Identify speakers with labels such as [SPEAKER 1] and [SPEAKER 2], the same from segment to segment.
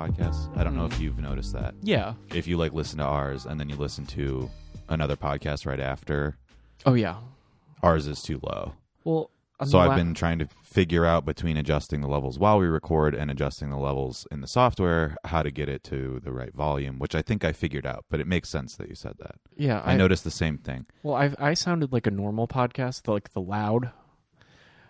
[SPEAKER 1] don't know if you've noticed that.
[SPEAKER 2] Yeah.
[SPEAKER 1] If you like listen to ours and then you listen to another podcast right after,
[SPEAKER 2] Oh yeah.
[SPEAKER 1] ours is too low.
[SPEAKER 2] Well, on
[SPEAKER 1] So
[SPEAKER 2] the
[SPEAKER 1] I've
[SPEAKER 2] la-
[SPEAKER 1] been trying to figure out between adjusting the levels while we record and adjusting the levels in the software how to get it to the right volume, which I think I figured out, but it makes sense that you said that.
[SPEAKER 2] Yeah,
[SPEAKER 1] I, noticed the same thing.
[SPEAKER 2] Well, I I sounded like a normal podcast, the- like the loud,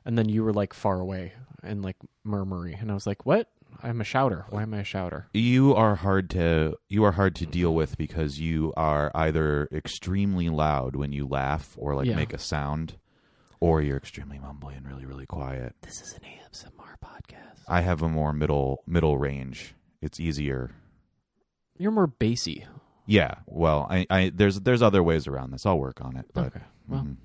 [SPEAKER 2] and then you were like far away and like murmury, and I was like, "What? I'm a shouter. Why am I a shouter?"
[SPEAKER 1] You are hard to you are hard to deal with because you are either extremely loud when you laugh or like
[SPEAKER 2] Yeah.
[SPEAKER 1] make a sound or you're extremely mumbly and really really quiet.
[SPEAKER 2] This is an ASMR podcast.
[SPEAKER 1] I have a more middle middle range. It's easier.
[SPEAKER 2] You're more bassy.
[SPEAKER 1] Yeah. Well, I, I there's there's other ways around this. I'll work on it, but
[SPEAKER 2] okay. Well,
[SPEAKER 1] mhm.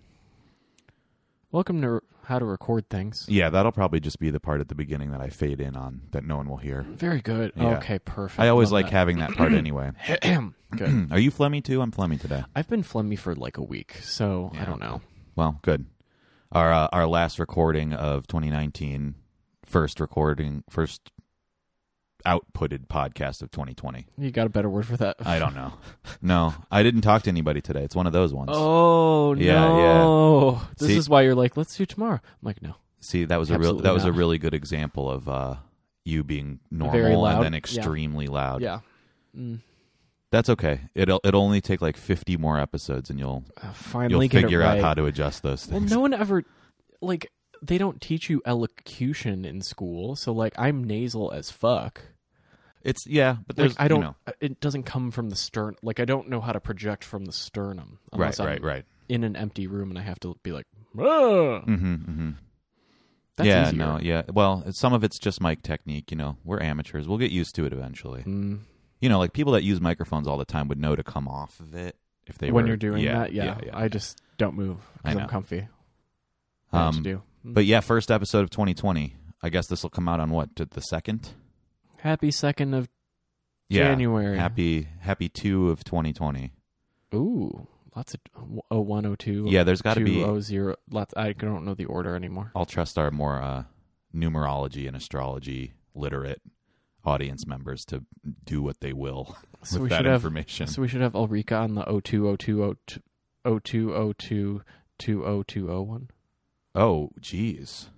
[SPEAKER 2] welcome to re- how to record things.
[SPEAKER 1] yeah, that'll probably just be the part at the beginning that I fade in on that no one will hear.
[SPEAKER 2] Very good.
[SPEAKER 1] Yeah.
[SPEAKER 2] Okay, perfect.
[SPEAKER 1] I always
[SPEAKER 2] Love
[SPEAKER 1] like having that part anyway.
[SPEAKER 2] that. good.
[SPEAKER 1] are you phlegmy too? I'm phlegmy today.
[SPEAKER 2] I've been phlegmy for like a week, so I
[SPEAKER 1] Yeah.
[SPEAKER 2] don't know.
[SPEAKER 1] Well, good. Our uh, our last recording of 2019, first recording, first outputted podcast of 2020.
[SPEAKER 2] You got a better word for that?
[SPEAKER 1] I don't know. no, I didn't talk to anybody today. It's one of those ones.
[SPEAKER 2] Oh
[SPEAKER 1] Yeah,
[SPEAKER 2] no! This
[SPEAKER 1] See-
[SPEAKER 2] is why you're like, let's do tomorrow. I'm like, no.
[SPEAKER 1] See, that was a real
[SPEAKER 2] Absolutely
[SPEAKER 1] that was a
[SPEAKER 2] not.
[SPEAKER 1] really good example of uh, you being
[SPEAKER 2] Very
[SPEAKER 1] normal
[SPEAKER 2] loud.
[SPEAKER 1] and then
[SPEAKER 2] Yeah.
[SPEAKER 1] extremely loud.
[SPEAKER 2] Yeah. Mm.
[SPEAKER 1] That's okay. It'll it'll only take like fifty more episodes, and you'll
[SPEAKER 2] Uh, finally
[SPEAKER 1] you'll
[SPEAKER 2] get it
[SPEAKER 1] figure out
[SPEAKER 2] right.
[SPEAKER 1] how to adjust those
[SPEAKER 2] Well,
[SPEAKER 1] things.
[SPEAKER 2] no one ever like they don't teach you elocution in school, so like I'm nasal as fuck.
[SPEAKER 1] It's yeah, but
[SPEAKER 2] Like
[SPEAKER 1] there's
[SPEAKER 2] I
[SPEAKER 1] you
[SPEAKER 2] don't. uh,
[SPEAKER 1] know,
[SPEAKER 2] It doesn't come from the stern. Like I don't know how to project from the sternum.
[SPEAKER 1] right,
[SPEAKER 2] Unless I'm
[SPEAKER 1] right, right.
[SPEAKER 2] In an empty room, and I have to be like, "Ah."
[SPEAKER 1] Mm-hmm, mm-hmm.
[SPEAKER 2] that's
[SPEAKER 1] yeah,
[SPEAKER 2] easier.
[SPEAKER 1] no, yeah. Well, it's- some of it's just mic technique. You know, we're amateurs. We'll get used to it eventually.
[SPEAKER 2] Mm,
[SPEAKER 1] You know, like people that use microphones all the time would know to come off of it if they
[SPEAKER 2] when
[SPEAKER 1] were,
[SPEAKER 2] you're doing that, yeah,
[SPEAKER 1] yeah.
[SPEAKER 2] I just don't move
[SPEAKER 1] I
[SPEAKER 2] because
[SPEAKER 1] know.
[SPEAKER 2] I'm comfy. I know what
[SPEAKER 1] Um,
[SPEAKER 2] to do. Mm.
[SPEAKER 1] but yeah, first episode of 2020. I guess this will come out on what to the second.
[SPEAKER 2] happy second of
[SPEAKER 1] Yeah.
[SPEAKER 2] January.
[SPEAKER 1] Happy happy two of 2020.
[SPEAKER 2] Ooh, lots of oh one oh two.
[SPEAKER 1] Yeah, there's got to
[SPEAKER 2] two
[SPEAKER 1] be.
[SPEAKER 2] oh zero. Lots. I don't know the order anymore.
[SPEAKER 1] I'll trust our more uh, numerology and astrology literate audience members to do what they will
[SPEAKER 2] So
[SPEAKER 1] with
[SPEAKER 2] we
[SPEAKER 1] that
[SPEAKER 2] should have
[SPEAKER 1] information.
[SPEAKER 2] So we should have Ulrika on the 020202022001.
[SPEAKER 1] oh, geez.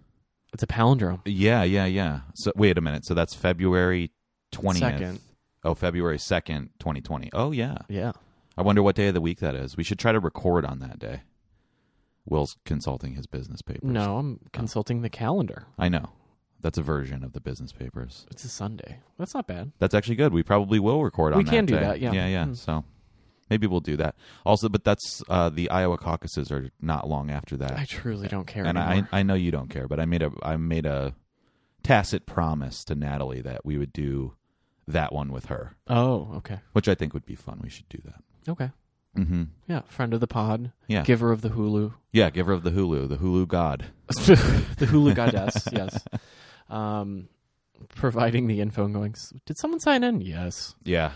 [SPEAKER 2] It's a palindrome.
[SPEAKER 1] Yeah, yeah, yeah. So wait a minute. So that's February twentieth.
[SPEAKER 2] Second.
[SPEAKER 1] Oh, February second, twenty twenty. Oh yeah.
[SPEAKER 2] Yeah.
[SPEAKER 1] I wonder what day of the week that is. We should try to record on that day. Will's consulting his business papers.
[SPEAKER 2] No, I'm
[SPEAKER 1] Oh.
[SPEAKER 2] consulting the calendar.
[SPEAKER 1] I know. That's a version of the business papers.
[SPEAKER 2] It's a Sunday. That's not bad.
[SPEAKER 1] That's actually good. We probably will record on
[SPEAKER 2] We
[SPEAKER 1] that
[SPEAKER 2] can do
[SPEAKER 1] day.
[SPEAKER 2] that, yeah.
[SPEAKER 1] Yeah, yeah.
[SPEAKER 2] Hmm.
[SPEAKER 1] So maybe we'll do that. Also, but that's uh, the Iowa caucuses are not long after that.
[SPEAKER 2] I truly don't care
[SPEAKER 1] and I,
[SPEAKER 2] anymore.
[SPEAKER 1] I know you don't care, but I made a I made a tacit promise to Natalie that we would do that one with her,
[SPEAKER 2] oh, okay.
[SPEAKER 1] which I think would be fun. We should do that.
[SPEAKER 2] Okay.
[SPEAKER 1] hmm
[SPEAKER 2] Yeah, friend of the pod,
[SPEAKER 1] Yeah,
[SPEAKER 2] giver of the Hulu.
[SPEAKER 1] yeah. Give her of the Hulu, the Hulu God.
[SPEAKER 2] the Hulu goddess, yes. Um providing the info and going, "S- did someone sign in? Yes.
[SPEAKER 1] Yeah,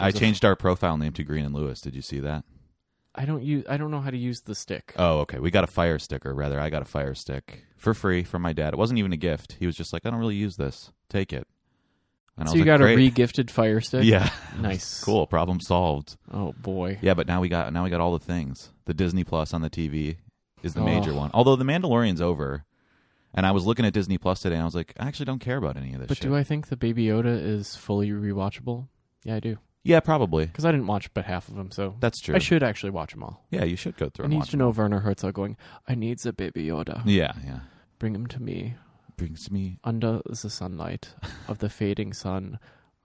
[SPEAKER 1] I
[SPEAKER 2] There's a-
[SPEAKER 1] changed our profile name to Green and Lewis. Did you see that?
[SPEAKER 2] I don't use I don't know how to use the stick.
[SPEAKER 1] Oh, okay. We got a fire sticker. Rather, I got a fire stick for free from my dad. It wasn't even a gift. He was just like, I don't really use this. Take it. And I
[SPEAKER 2] so
[SPEAKER 1] was
[SPEAKER 2] you
[SPEAKER 1] like,
[SPEAKER 2] got
[SPEAKER 1] "Great."
[SPEAKER 2] a re-gifted fire stick?
[SPEAKER 1] Yeah.
[SPEAKER 2] Nice.
[SPEAKER 1] cool. Problem solved.
[SPEAKER 2] Oh boy.
[SPEAKER 1] Yeah, but now we got now we got all the things. The Disney Plus on the TV is the major
[SPEAKER 2] Oh.
[SPEAKER 1] one. Although The Mandalorian's over, and I was looking at Disney Plus today, and I was like, I actually don't care about any of this.
[SPEAKER 2] But
[SPEAKER 1] shit.
[SPEAKER 2] do I think the Baby Yoda is fully rewatchable? Yeah, I do.
[SPEAKER 1] Yeah, probably.
[SPEAKER 2] Because I didn't watch but half of them, so
[SPEAKER 1] That's true.
[SPEAKER 2] I should actually watch them all.
[SPEAKER 1] Yeah, you should go through
[SPEAKER 2] I
[SPEAKER 1] and
[SPEAKER 2] need
[SPEAKER 1] watch.
[SPEAKER 2] to know Werner Herzog going, I needs a Baby Yoda.
[SPEAKER 1] Yeah, yeah.
[SPEAKER 2] Bring him to me
[SPEAKER 1] Brings me.
[SPEAKER 2] under the sunlight of the fading sun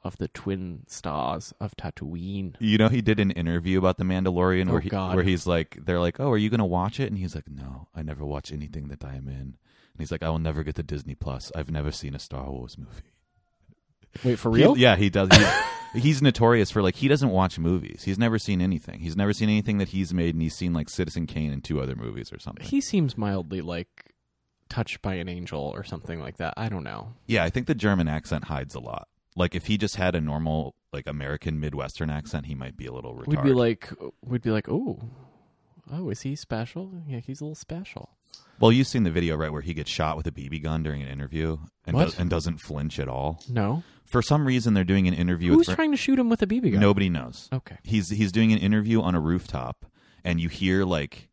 [SPEAKER 2] of the twin stars of Tatooine.
[SPEAKER 1] You know, he did an interview about The Mandalorian
[SPEAKER 2] Oh,
[SPEAKER 1] where he,
[SPEAKER 2] God.
[SPEAKER 1] where he's like, they're like, oh, are you gonna watch it? And he's like, no, I never watch anything that I am in. And he's like, I will never get to Disney Plus. I've never seen a Star Wars movie.
[SPEAKER 2] Wait, for
[SPEAKER 1] He-
[SPEAKER 2] real?
[SPEAKER 1] yeah, he does. He, he's notorious for like he doesn't watch movies. He's never seen anything. He's never seen anything that he's made, and he's seen like Citizen Kane and two other movies or something.
[SPEAKER 2] He seems mildly like touched by an angel or something like that. I don't know.
[SPEAKER 1] yeah, I think the German accent hides a lot. Like if he just had a normal like American Midwestern accent, he might be a little retarded.
[SPEAKER 2] We'd be like, we'd be like, oh, oh, is he special? Yeah, he's a little special.
[SPEAKER 1] Well, you've seen the video, right, where he gets shot with a BB gun during an interview and,
[SPEAKER 2] What?
[SPEAKER 1] does- and doesn't flinch at all.
[SPEAKER 2] No.
[SPEAKER 1] For some reason, they're doing an interview
[SPEAKER 2] Who's
[SPEAKER 1] with.
[SPEAKER 2] trying to shoot him with a BB gun?
[SPEAKER 1] Nobody knows.
[SPEAKER 2] Okay.
[SPEAKER 1] He's he's doing an interview on a rooftop, and you hear like,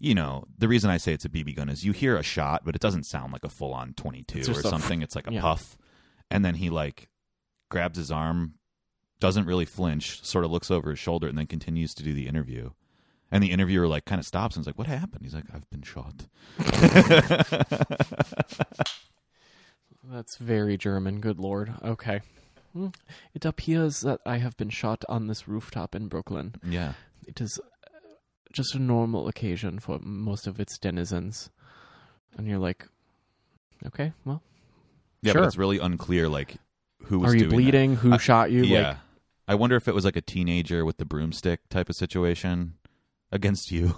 [SPEAKER 1] you know, the reason I say it's a BB gun is you hear a shot, but it doesn't sound like a full on twenty two
[SPEAKER 2] It's
[SPEAKER 1] or
[SPEAKER 2] just a-
[SPEAKER 1] something. It's like a
[SPEAKER 2] Yeah.
[SPEAKER 1] puff, and then he like grabs his arm, doesn't really flinch, sort of looks over his shoulder, and then continues to do the interview. And the interviewer like kind of stops and is like, "What happened?" He's like, "I've been shot."
[SPEAKER 2] That's very German. Good lord. Okay. Hmm. It appears that I have been shot on this rooftop in Brooklyn.
[SPEAKER 1] Yeah,
[SPEAKER 2] It is uh, just a normal occasion for most of its denizens. And you're like, okay, well,
[SPEAKER 1] yeah,
[SPEAKER 2] Sure.
[SPEAKER 1] but it's really unclear like who was
[SPEAKER 2] are you
[SPEAKER 1] doing that.
[SPEAKER 2] bleeding? Who
[SPEAKER 1] I-
[SPEAKER 2] shot you?
[SPEAKER 1] yeah.
[SPEAKER 2] Like,
[SPEAKER 1] I wonder if it was like a teenager with the broomstick type of situation against you,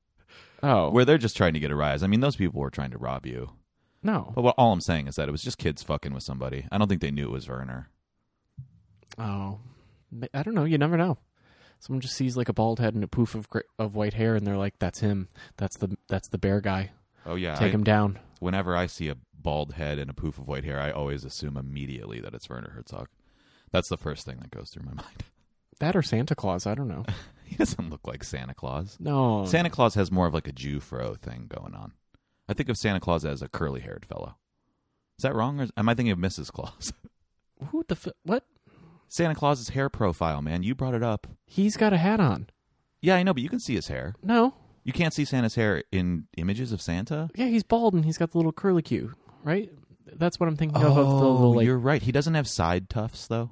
[SPEAKER 2] oh,
[SPEAKER 1] where they're just trying to get a rise. I mean, those people were trying to rob you.
[SPEAKER 2] no.
[SPEAKER 1] But what, all I'm saying is that it was just kids fucking with somebody. I don't think they knew it was Werner.
[SPEAKER 2] Oh, Ma- I don't know. You never know. Someone just sees like a bald head and a poof of gr- of white hair, and they're like, "That's him. That's the that's the bear guy.
[SPEAKER 1] Oh yeah.
[SPEAKER 2] Take
[SPEAKER 1] I-
[SPEAKER 2] him down."
[SPEAKER 1] Whenever I see a bald head and a poof of white hair, I always assume immediately that it's Werner Herzog. That's the first thing that goes through my mind.
[SPEAKER 2] That or Santa Claus? I don't know.
[SPEAKER 1] he doesn't look like Santa Claus.
[SPEAKER 2] Oh, No,
[SPEAKER 1] Santa Claus has more of like a Jew fro thing going on. I think of Santa Claus as a curly haired fellow. Is that wrong, or is- am I thinking of Mrs. Claus?
[SPEAKER 2] who the f- what?
[SPEAKER 1] Santa Claus's hair profile, man. You brought it up.
[SPEAKER 2] He's got a hat on.
[SPEAKER 1] Yeah, I know, but you can see his hair.
[SPEAKER 2] No,
[SPEAKER 1] You can't see Santa's hair in images of Santa.
[SPEAKER 2] yeah, he's bald and he's got the little curly cue, right? That's what I'm thinking of. Of the little, like,
[SPEAKER 1] Oh, you're right. He doesn't have side tufts, though.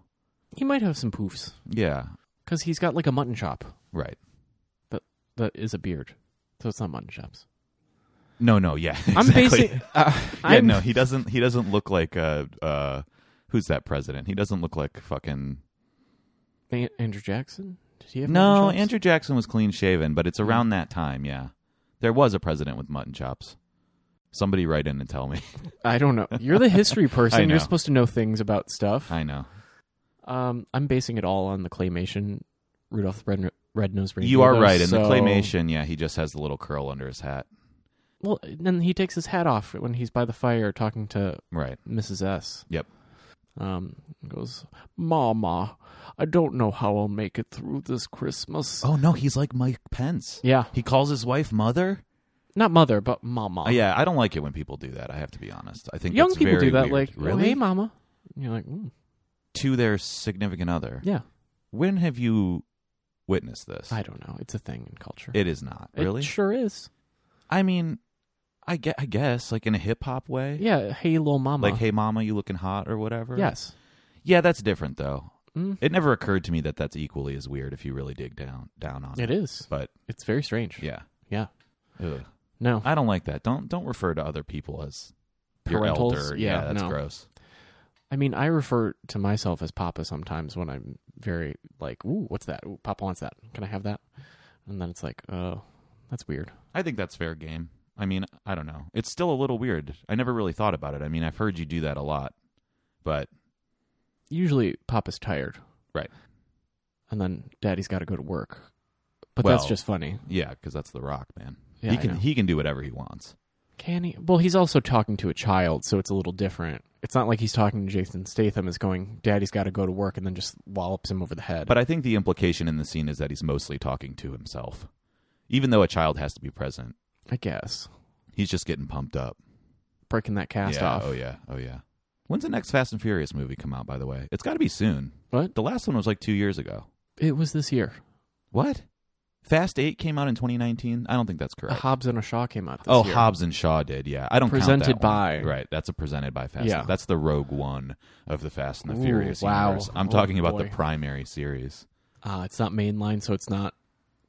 [SPEAKER 2] he might have some poofs
[SPEAKER 1] Yeah,
[SPEAKER 2] because he's got like a mutton chop
[SPEAKER 1] right.
[SPEAKER 2] that is a beard, so it's not mutton chops.
[SPEAKER 1] No, no, yeah.
[SPEAKER 2] I'm
[SPEAKER 1] exactly.
[SPEAKER 2] basing. Uh,
[SPEAKER 1] Yeah,
[SPEAKER 2] I'm,
[SPEAKER 1] no, he doesn't. He doesn't look like uh, uh, who's that president? He doesn't look like fucking.
[SPEAKER 2] An- Andrew Jackson. Did he have
[SPEAKER 1] No,
[SPEAKER 2] mutton chops?
[SPEAKER 1] Andrew Jackson was clean shaven, but it's around that time. Yeah, there was a president with mutton chops. Somebody write in and tell me.
[SPEAKER 2] I don't know. You're the history person.
[SPEAKER 1] know.
[SPEAKER 2] You're supposed to know things about stuff.
[SPEAKER 1] I know
[SPEAKER 2] Um, I'm basing it all on the claymation Rudolph the Red, Red Nosed Reindeer.
[SPEAKER 1] you are
[SPEAKER 2] though,
[SPEAKER 1] right. In the
[SPEAKER 2] so-
[SPEAKER 1] claymation, yeah, he just has the little curl under his hat.
[SPEAKER 2] Well, then he takes his hat off when he's by the fire talking to
[SPEAKER 1] Right.
[SPEAKER 2] Mrs. S.
[SPEAKER 1] Yep.
[SPEAKER 2] Um, goes, Mama, I don't know how I'll make it through this Christmas.
[SPEAKER 1] Oh no, he's like Mike Pence.
[SPEAKER 2] Yeah,
[SPEAKER 1] He calls his wife mother.
[SPEAKER 2] not mother, but Mama.
[SPEAKER 1] Uh, yeah, I don't like it when people do that. I have to be honest. I think
[SPEAKER 2] young
[SPEAKER 1] that's
[SPEAKER 2] people
[SPEAKER 1] very
[SPEAKER 2] do that.
[SPEAKER 1] weird.
[SPEAKER 2] Like,
[SPEAKER 1] really
[SPEAKER 2] "Oh, hey, Mama. And you're like, mm,
[SPEAKER 1] to their significant other.
[SPEAKER 2] yeah,
[SPEAKER 1] When have you witnessed this?
[SPEAKER 2] I don't know. It's a thing in culture.
[SPEAKER 1] It is not
[SPEAKER 2] It
[SPEAKER 1] really.
[SPEAKER 2] sure is.
[SPEAKER 1] I mean, I get. I guess like in a hip hop way.
[SPEAKER 2] Yeah, hey, little Mama.
[SPEAKER 1] Like, hey, mama, you looking hot or whatever.
[SPEAKER 2] yes.
[SPEAKER 1] Yeah, that's different though.
[SPEAKER 2] Mm.
[SPEAKER 1] It never occurred to me that that's equally as weird if you really dig down down on it.
[SPEAKER 2] It is.
[SPEAKER 1] But
[SPEAKER 2] It's very strange.
[SPEAKER 1] yeah,
[SPEAKER 2] Yeah.
[SPEAKER 1] Ugh.
[SPEAKER 2] No.
[SPEAKER 1] I don't like that. Don't don't refer to other people as your
[SPEAKER 2] Parentals?
[SPEAKER 1] elder.
[SPEAKER 2] Yeah,
[SPEAKER 1] that's
[SPEAKER 2] no.
[SPEAKER 1] gross.
[SPEAKER 2] I mean, I refer to myself as Papa sometimes when I'm very like, ooh, what's that? Ooh, Papa wants that. Can I have that? And then it's like, oh, that's weird.
[SPEAKER 1] I think that's fair game. I mean, I don't know. It's still a little weird. I never really thought about it. I mean, I've heard you do that a lot, but
[SPEAKER 2] Usually Papa's tired.
[SPEAKER 1] Right.
[SPEAKER 2] And then Daddy's got to go to work. But that's
[SPEAKER 1] Well-
[SPEAKER 2] just funny.
[SPEAKER 1] yeah, because that's the Rock, man.
[SPEAKER 2] Yeah,
[SPEAKER 1] he
[SPEAKER 2] I
[SPEAKER 1] can
[SPEAKER 2] know.
[SPEAKER 1] he can do whatever he wants.
[SPEAKER 2] Can he? Well, he's also talking to a child, so it's a little different. It's not like he's talking to Jason Statham is going, Daddy's got to go to work, and then just wallops him over the head.
[SPEAKER 1] But I think the implication in the scene is that he's mostly talking to himself, even though a child has to be present.
[SPEAKER 2] I guess.
[SPEAKER 1] He's just getting pumped up.
[SPEAKER 2] Breaking that cast
[SPEAKER 1] yeah.
[SPEAKER 2] off.
[SPEAKER 1] Oh yeah. Oh yeah. When's the next Fast and Furious movie come out? By the way, it's got to be soon.
[SPEAKER 2] What?
[SPEAKER 1] The last one was like two years ago.
[SPEAKER 2] It was this year.
[SPEAKER 1] What? Fast Eight came out in 2019. I don't think that's correct.
[SPEAKER 2] A Hobbs and a Shaw came out this
[SPEAKER 1] Oh,
[SPEAKER 2] year.
[SPEAKER 1] Hobbs and Shaw did. Yeah, I don't count that
[SPEAKER 2] Presented
[SPEAKER 1] one.
[SPEAKER 2] by.
[SPEAKER 1] right. That's a presented by Fast.
[SPEAKER 2] Yeah.
[SPEAKER 1] that's the Rogue One of the Fast and the
[SPEAKER 2] Ooh,
[SPEAKER 1] Furious
[SPEAKER 2] wow.
[SPEAKER 1] universe. I'm
[SPEAKER 2] Oh,
[SPEAKER 1] talking about the
[SPEAKER 2] boy.
[SPEAKER 1] primary series.
[SPEAKER 2] Uh, it's not mainline, so it's not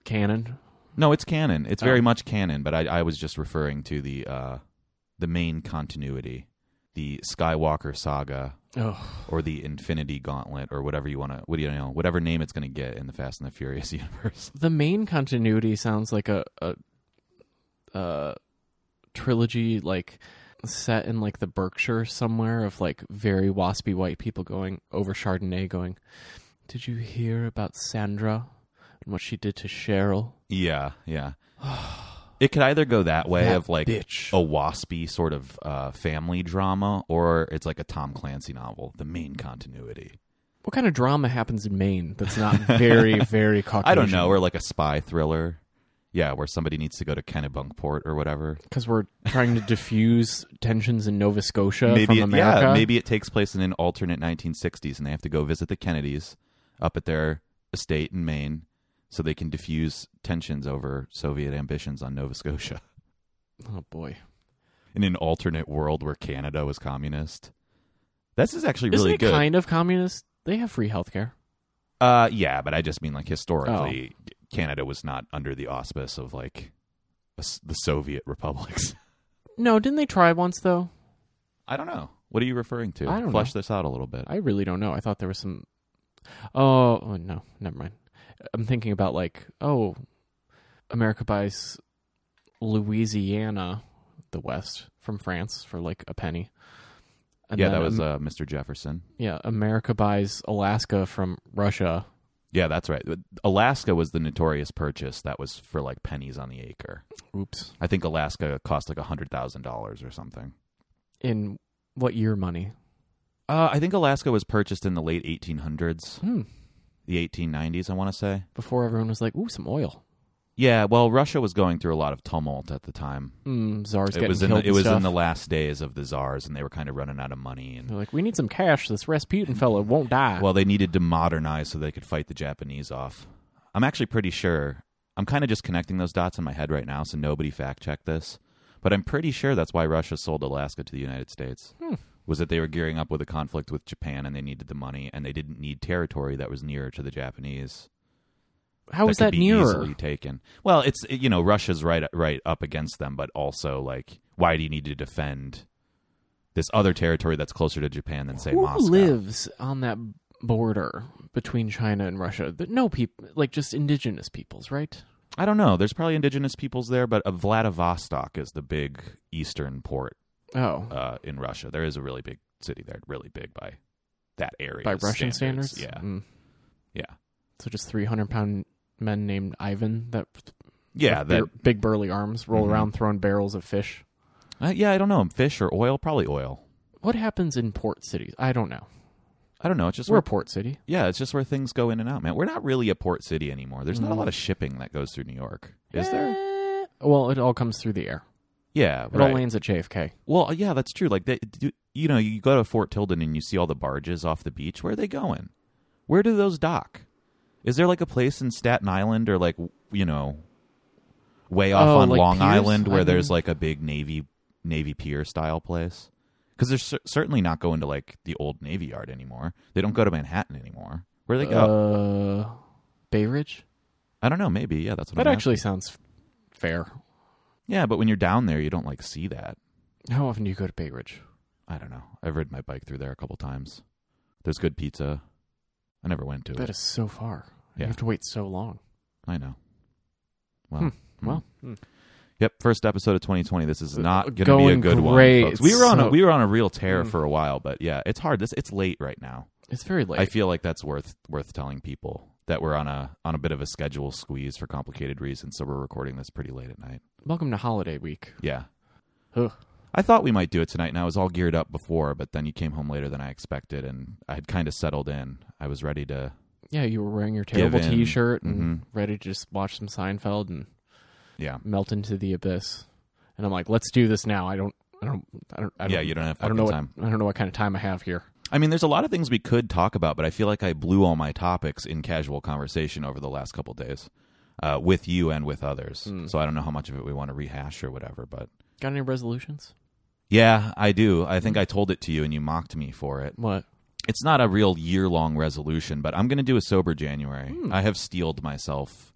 [SPEAKER 2] canon.
[SPEAKER 1] No, it's canon. It's very
[SPEAKER 2] Oh.
[SPEAKER 1] much canon, but I, I was just referring to the uh, the main continuity, the Skywalker saga,
[SPEAKER 2] Oh,
[SPEAKER 1] or the Infinity Gauntlet, or whatever you want to. What do you know? Whatever name it's going to get in the Fast and the Furious universe.
[SPEAKER 2] the main continuity sounds like a a, a trilogy, like set in like the Berkshire somewhere, of like very waspy white people going over Chardonnay, going, "Did you hear about Sandra and what she did to Cheryl?"
[SPEAKER 1] yeah, yeah. It could either go that way
[SPEAKER 2] That
[SPEAKER 1] of like oh.
[SPEAKER 2] bitch.
[SPEAKER 1] a waspy sort of uh, family drama, or it's like a Tom Clancy novel, the main continuity.
[SPEAKER 2] What kind of drama happens in Maine that's not very, very Caucasian?
[SPEAKER 1] I don't know, or like a spy thriller. Yeah, where somebody needs to go to Kennebunkport or whatever.
[SPEAKER 2] Because we're trying to diffuse tensions in Nova Scotia
[SPEAKER 1] maybe
[SPEAKER 2] from
[SPEAKER 1] it,
[SPEAKER 2] America.
[SPEAKER 1] yeah, maybe it takes place in an alternate 1960s, and they have to go visit the Kennedys up at their estate in Maine, so they can diffuse tensions over Soviet ambitions on Nova Scotia
[SPEAKER 2] Oh, boy.
[SPEAKER 1] in an alternate world where Canada was communist. This is actually really
[SPEAKER 2] Isn't it
[SPEAKER 1] good.
[SPEAKER 2] kind of communist? They have free healthcare.
[SPEAKER 1] Uh, yeah, but I just mean like historically,
[SPEAKER 2] Oh.
[SPEAKER 1] Canada was not under the auspice of like a s- the Soviet republics.
[SPEAKER 2] No, didn't they try once, though?
[SPEAKER 1] I don't know. What are you referring to?
[SPEAKER 2] I don't
[SPEAKER 1] Flesh this out a little bit.
[SPEAKER 2] I really don't know. I thought there was some. Oh, oh, no, never mind. I'm thinking about like, oh, America buys Louisiana, the West, from France for like a penny. And
[SPEAKER 1] yeah,
[SPEAKER 2] then,
[SPEAKER 1] that was
[SPEAKER 2] um,
[SPEAKER 1] uh, Mr. Jefferson.
[SPEAKER 2] yeah. America buys Alaska from Russia.
[SPEAKER 1] Yeah, that's right. Alaska was the notorious purchase that was for like pennies on the acre.
[SPEAKER 2] Oops.
[SPEAKER 1] I think Alaska cost like a hundred thousand dollars or something.
[SPEAKER 2] In what year money?
[SPEAKER 1] Uh, I think Alaska was purchased in the late 1800s,
[SPEAKER 2] Hmm.
[SPEAKER 1] the 1890s. I want to say.
[SPEAKER 2] Before everyone was like, ooh, some oil.
[SPEAKER 1] Yeah, well, Russia was going through a lot of tumult at the time.
[SPEAKER 2] Mm, czars
[SPEAKER 1] it
[SPEAKER 2] getting
[SPEAKER 1] was in
[SPEAKER 2] killed.
[SPEAKER 1] the,
[SPEAKER 2] and
[SPEAKER 1] it was in
[SPEAKER 2] stuff. Oh,
[SPEAKER 1] the last days of the czars, and they were kind of running out of money. And
[SPEAKER 2] They're like, we need some cash. This Rasputin fella won't die.
[SPEAKER 1] well, they needed to modernize so they could fight the Japanese off. I'm actually pretty sure. I'm kind of just connecting those dots in my head right now, so nobody fact checked this. But I'm pretty sure that's why Russia sold Alaska to the United States.
[SPEAKER 2] Hmm.
[SPEAKER 1] Was that they were gearing up with a conflict with Japan and they needed the money and they didn't need territory that was nearer to the Japanese.
[SPEAKER 2] How is
[SPEAKER 1] could
[SPEAKER 2] that
[SPEAKER 1] be
[SPEAKER 2] nearer?
[SPEAKER 1] Easily taken. Well, it's you know Russia's right right up against them, but also like why do you need to defend this other territory that's closer to Japan than say
[SPEAKER 2] Who
[SPEAKER 1] Moscow?
[SPEAKER 2] lives on that border between China and Russia? Th- No people, like just indigenous peoples, right?
[SPEAKER 1] I don't know. There's probably indigenous peoples there, but uh, Vladivostok is the big eastern port
[SPEAKER 2] Oh,
[SPEAKER 1] uh, in Russia. There is a really big city there, really big by that area
[SPEAKER 2] by Russian standards.
[SPEAKER 1] Yeah,
[SPEAKER 2] Mm.
[SPEAKER 1] yeah,
[SPEAKER 2] So just three hundred pound men named Ivan that
[SPEAKER 1] yeah.
[SPEAKER 2] with
[SPEAKER 1] That
[SPEAKER 2] big- big burly arms roll
[SPEAKER 1] Mhm.
[SPEAKER 2] around throwing barrels of fish.
[SPEAKER 1] uh, yeah. I don't know. Fish or oil? Probably oil.
[SPEAKER 2] What happens in port cities? I don't know.
[SPEAKER 1] I don't know. It's just
[SPEAKER 2] We're
[SPEAKER 1] where
[SPEAKER 2] a port city.
[SPEAKER 1] Yeah, it's just where things go in and out, man. We're not really a port city anymore. There's not a lot of shipping that goes through New York, is there?
[SPEAKER 2] Mm-hmm. Eh, Well, it all comes through the air.
[SPEAKER 1] Yeah,
[SPEAKER 2] It all
[SPEAKER 1] right.
[SPEAKER 2] lands at JFK.
[SPEAKER 1] Well, yeah, that's true. Like, they, do- you know, you go to Fort Tilden and you see all the barges off the beach. Where are they going? Where do those dock? Is there like a place in Staten Island or like w- you know, way off
[SPEAKER 2] Oh,
[SPEAKER 1] on
[SPEAKER 2] like
[SPEAKER 1] Long
[SPEAKER 2] piers?
[SPEAKER 1] Island
[SPEAKER 2] I
[SPEAKER 1] where there's
[SPEAKER 2] mean-
[SPEAKER 1] like a big navy navy pier style place? Because they're cer- certainly not going to like the old Navy Yard anymore. They don't go to Manhattan anymore. Where do they go?
[SPEAKER 2] Uh, Bay Ridge.
[SPEAKER 1] I don't know. Maybe yeah. That's what
[SPEAKER 2] That
[SPEAKER 1] I'm
[SPEAKER 2] actually sounds f- fair.
[SPEAKER 1] Yeah, but when you're down there, you don't like see that.
[SPEAKER 2] How often do you go to Bay Ridge?
[SPEAKER 1] I don't know. I've ridden my bike through there a couple times. There's good pizza. I never went to
[SPEAKER 2] That
[SPEAKER 1] it.
[SPEAKER 2] is so far.
[SPEAKER 1] Yeah.
[SPEAKER 2] You have to wait so long.
[SPEAKER 1] I know. Well,
[SPEAKER 2] Hmm.
[SPEAKER 1] hmm.
[SPEAKER 2] Well,
[SPEAKER 1] yep. First episode of 2020. This is not going to be a
[SPEAKER 2] Going
[SPEAKER 1] good
[SPEAKER 2] great.
[SPEAKER 1] one. Folks. We were on a
[SPEAKER 2] So-
[SPEAKER 1] we were on a real tear
[SPEAKER 2] Hmm.
[SPEAKER 1] for a while, but yeah, it's hard. This it's late right now.
[SPEAKER 2] it's very late.
[SPEAKER 1] I feel like that's worth worth telling people that we're on a on a bit of a schedule squeeze for complicated reasons, so we're recording this pretty late at night.
[SPEAKER 2] Welcome to holiday week.
[SPEAKER 1] Yeah.
[SPEAKER 2] Ugh.
[SPEAKER 1] I thought we might do it tonight, and I was all geared up before, but then you came home later than I expected, and I had kind of settled in. I was ready to.
[SPEAKER 2] Yeah, you were wearing your terrible
[SPEAKER 1] in. Mm-hmm.
[SPEAKER 2] T-shirt and ready to just watch some Seinfeld and
[SPEAKER 1] Yeah.
[SPEAKER 2] melt into the abyss. And I'm like, let's do this now. I don't, I don't, I don't. I don't
[SPEAKER 1] Yeah, you don't have
[SPEAKER 2] I don't
[SPEAKER 1] fucking
[SPEAKER 2] know what,
[SPEAKER 1] time.
[SPEAKER 2] I don't know what kind of time I have here.
[SPEAKER 1] I mean, there's a lot of things we could talk about, but I feel like I blew all my topics in casual conversation over the last couple days uh, with you and with others.
[SPEAKER 2] Hmm.
[SPEAKER 1] So I don't know how much of it we want to rehash or whatever, but
[SPEAKER 2] Got any resolutions?
[SPEAKER 1] yeah, I do. I
[SPEAKER 2] Hmm.
[SPEAKER 1] think I told it to you, and you mocked me for it.
[SPEAKER 2] What?
[SPEAKER 1] it's not a real year long resolution, but I'm going to do a sober January.
[SPEAKER 2] Hmm.
[SPEAKER 1] I have steeled myself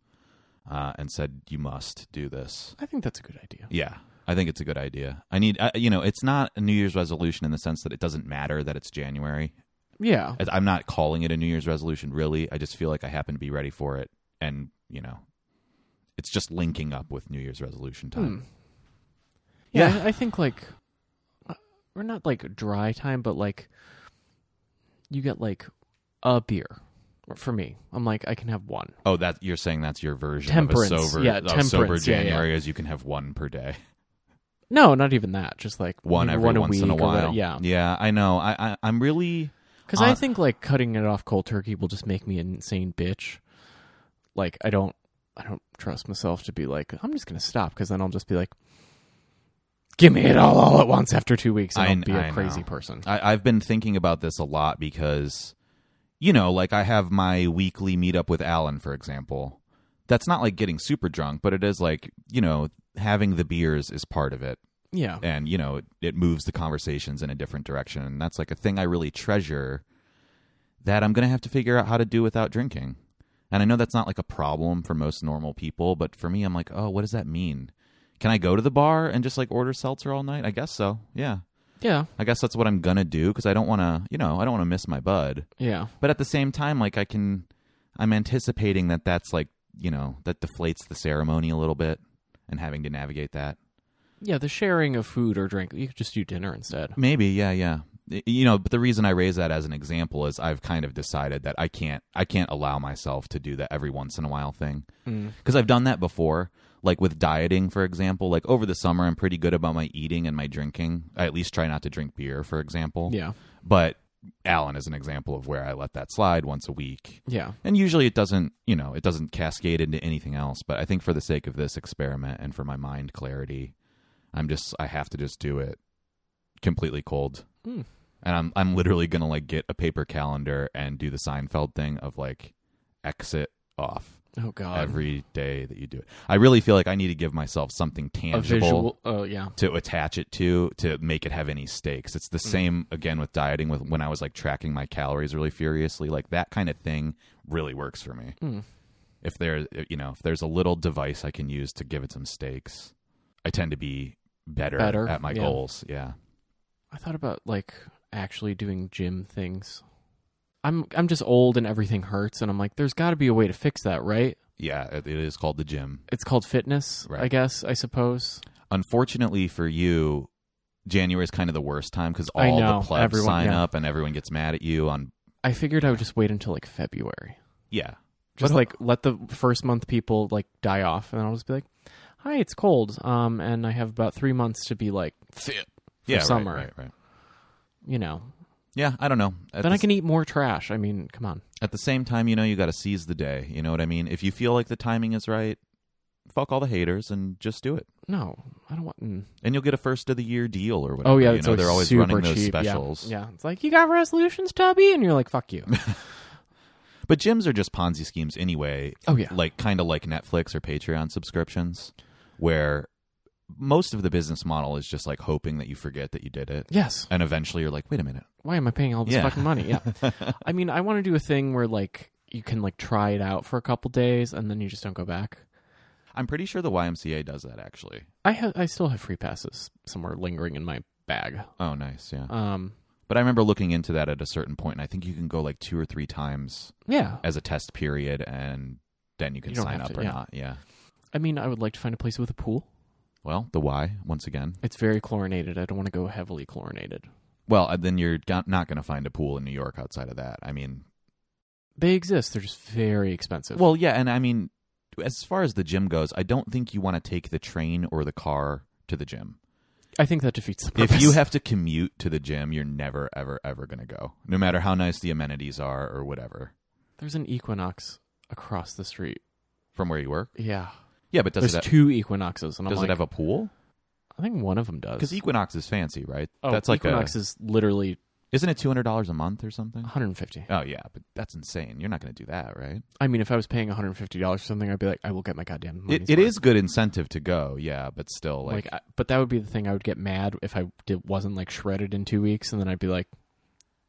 [SPEAKER 1] uh, and said, you must do this.
[SPEAKER 2] I think that's a good idea.
[SPEAKER 1] Yeah, I think it's a good idea. I need, uh, you know, it's not a New Year's resolution in the sense that it doesn't matter that it's January.
[SPEAKER 2] Yeah,
[SPEAKER 1] I- I'm not calling it a New Year's resolution, really. I just feel like I happen to be ready for it. And, you know, it's just linking up with New Year's resolution time.
[SPEAKER 2] Hmm. yeah. I, I think like uh, we're not like dry time, but like you get like a beer for me. I'm like, I can have one.
[SPEAKER 1] Oh, that you're saying that's your version
[SPEAKER 2] Temperance,
[SPEAKER 1] of a sober,
[SPEAKER 2] yeah,
[SPEAKER 1] of
[SPEAKER 2] temperance,
[SPEAKER 1] sober
[SPEAKER 2] yeah, yeah.
[SPEAKER 1] January is you can have one per day,
[SPEAKER 2] No, not even that. Just like
[SPEAKER 1] one
[SPEAKER 2] maybe
[SPEAKER 1] every
[SPEAKER 2] one a
[SPEAKER 1] once
[SPEAKER 2] week
[SPEAKER 1] in a
[SPEAKER 2] or whatever.
[SPEAKER 1] while.
[SPEAKER 2] Yeah,
[SPEAKER 1] yeah, I know. I, I I'm really
[SPEAKER 2] because
[SPEAKER 1] Uh,
[SPEAKER 2] I think like cutting it off cold turkey will just make me an insane bitch. Like I don't, I don't trust myself to be like I'm just gonna stop because then I'll just be like, give me it all all at once after two weeks and
[SPEAKER 1] I-
[SPEAKER 2] I, will be a
[SPEAKER 1] I
[SPEAKER 2] crazy
[SPEAKER 1] know.
[SPEAKER 2] person.
[SPEAKER 1] I, I've been thinking about this a lot because, you know, like I have my weekly meetup with Alan, for example. That's not like getting super drunk, but it is like, you know, having the beers is part of it.
[SPEAKER 2] Yeah,
[SPEAKER 1] And, you know, it, it moves the conversations in a different direction. And that's like a thing I really treasure that I'm going to have to figure out how to do without drinking. And I know that's not like a problem for most normal people, but for me, I'm like, oh, what does that mean? Can I go to the bar and just like order seltzer all night? I guess so. Yeah.
[SPEAKER 2] yeah,
[SPEAKER 1] I guess that's what I'm gonna do because I don't want to, you know, I don't want to miss my bud.
[SPEAKER 2] yeah.
[SPEAKER 1] But at the same time, like I can, I'm anticipating that that's like, you know, that deflates the ceremony a little bit and having to navigate that.
[SPEAKER 2] Yeah, the sharing of food or drink, you could just do dinner instead.
[SPEAKER 1] Maybe, yeah, yeah. Y- You know, but the reason I raise that as an example is I've kind of decided that I can't, I can't allow myself to do that every once in a while thing. because I've done that before. Like with dieting, for example, like over the summer, I'm pretty good about my eating and my drinking. I at least try not to drink beer, for example.
[SPEAKER 2] Yeah,
[SPEAKER 1] But Alan is an example of where I let that slide once a week.
[SPEAKER 2] yeah,
[SPEAKER 1] And usually it doesn't, you know, it doesn't cascade into anything else. But I think for the sake of this experiment and for my mind clarity, I'm just, I have to just do it completely cold.
[SPEAKER 2] Hmm.
[SPEAKER 1] And I'm, I'm literally going to like get a paper calendar and do the Seinfeld thing of like exit off
[SPEAKER 2] oh god,
[SPEAKER 1] every day that you do it. I really feel like I need to give myself something
[SPEAKER 2] a
[SPEAKER 1] tangible
[SPEAKER 2] visual. Oh yeah,
[SPEAKER 1] to attach it to to make it have any stakes. It's the
[SPEAKER 2] Mm.
[SPEAKER 1] same again with dieting with when I was like tracking my calories really furiously, like that kind of thing really works for me.
[SPEAKER 2] Mm.
[SPEAKER 1] If there you know, if there's a little device I can use to give it some stakes, I tend to be better,
[SPEAKER 2] Better,
[SPEAKER 1] at my
[SPEAKER 2] yeah.
[SPEAKER 1] goals. Yeah.
[SPEAKER 2] I thought about like actually doing gym things. I'm I'm just old and everything hurts, and I'm like, there's got to be a way to fix that, right?
[SPEAKER 1] Yeah, it it is called the gym.
[SPEAKER 2] It's called fitness, I
[SPEAKER 1] Right.
[SPEAKER 2] guess. I suppose.
[SPEAKER 1] Unfortunately for you, January is kind of the worst time because
[SPEAKER 2] I
[SPEAKER 1] all
[SPEAKER 2] know,
[SPEAKER 1] the plebs
[SPEAKER 2] everyone-
[SPEAKER 1] sign
[SPEAKER 2] yeah.
[SPEAKER 1] up and everyone gets mad at you on
[SPEAKER 2] I figured I would just wait until like February,
[SPEAKER 1] yeah.
[SPEAKER 2] just
[SPEAKER 1] What-
[SPEAKER 2] like let the first month people like die off, and I'll just be like, hi, it's cold, um, and I have about three months to be like fit, for
[SPEAKER 1] right,
[SPEAKER 2] summer.
[SPEAKER 1] Right, right,
[SPEAKER 2] you know.
[SPEAKER 1] Yeah, I don't know. At
[SPEAKER 2] then
[SPEAKER 1] the,
[SPEAKER 2] I can eat more trash. I mean, come on.
[SPEAKER 1] at the same time, you know, you got to seize the day. You know what I mean? If you feel like the timing is right, fuck all the haters and just do it.
[SPEAKER 2] No, I don't want. Mm.
[SPEAKER 1] And you'll get a first of the year deal or whatever.
[SPEAKER 2] Oh yeah,
[SPEAKER 1] you
[SPEAKER 2] it's
[SPEAKER 1] know they're always
[SPEAKER 2] super
[SPEAKER 1] running those
[SPEAKER 2] cheap. Yeah.
[SPEAKER 1] specials.
[SPEAKER 2] Yeah. it's like you got resolutions, Tubby, and you're like, fuck you.
[SPEAKER 1] But gyms are just Ponzi schemes anyway.
[SPEAKER 2] oh yeah,
[SPEAKER 1] like kind of like Netflix or Patreon subscriptions, where most of the business model is just like hoping that you forget that you did it,
[SPEAKER 2] yes.
[SPEAKER 1] and eventually you're like, wait a minute,
[SPEAKER 2] Why am I paying all this
[SPEAKER 1] Yeah.
[SPEAKER 2] fucking money? Yeah, I mean, I want to do a thing where like you can like try it out for a couple days and then you just don't go back.
[SPEAKER 1] I'm pretty sure the YMCA does that actually.
[SPEAKER 2] I have, I still have free passes somewhere lingering in my bag.
[SPEAKER 1] Oh, nice, yeah.
[SPEAKER 2] Um,
[SPEAKER 1] But I remember looking into that at a certain point, and I think you can go like two or three times
[SPEAKER 2] yeah.
[SPEAKER 1] as a test period, and then you can
[SPEAKER 2] You don't
[SPEAKER 1] sign
[SPEAKER 2] have
[SPEAKER 1] up
[SPEAKER 2] to,
[SPEAKER 1] or
[SPEAKER 2] yeah.
[SPEAKER 1] not. Yeah.
[SPEAKER 2] I mean, I would like to find a place with a pool.
[SPEAKER 1] Well, the why once again.
[SPEAKER 2] It's very chlorinated. I don't want to go heavily chlorinated.
[SPEAKER 1] Well, uh, then you're go- not going to find a pool in New York outside of that. I mean,
[SPEAKER 2] They exist. They're just very expensive.
[SPEAKER 1] well, yeah, and I mean, as far as the gym goes, I don't think you want to take the train or the car to the gym.
[SPEAKER 2] I think that defeats the purpose.
[SPEAKER 1] If you have to commute to the gym, you're never, ever, ever going to go, no matter how nice the amenities are or whatever.
[SPEAKER 2] There's an Equinox across the street.
[SPEAKER 1] From where you work,
[SPEAKER 2] Yeah.
[SPEAKER 1] yeah, but does
[SPEAKER 2] There's
[SPEAKER 1] it ha-
[SPEAKER 2] two Equinoxes, and I'm
[SPEAKER 1] does
[SPEAKER 2] like,
[SPEAKER 1] it have a pool?
[SPEAKER 2] I think one of them does.
[SPEAKER 1] Because Equinox is fancy, right?
[SPEAKER 2] oh,
[SPEAKER 1] That's like a,
[SPEAKER 2] Equinox is literally
[SPEAKER 1] Isn't it two hundred dollars a month or something?
[SPEAKER 2] 150.
[SPEAKER 1] Oh yeah, but that's insane. You're not going to do that, right?
[SPEAKER 2] I mean, if I was paying 150 dollars for something, I'd be like, I will get my goddamn. money's
[SPEAKER 1] It, it
[SPEAKER 2] worth.
[SPEAKER 1] is good incentive to go, yeah, but still, like,
[SPEAKER 2] like, I, but that would be the thing I would get mad if I did, wasn't like shredded in two weeks, and then I'd be like,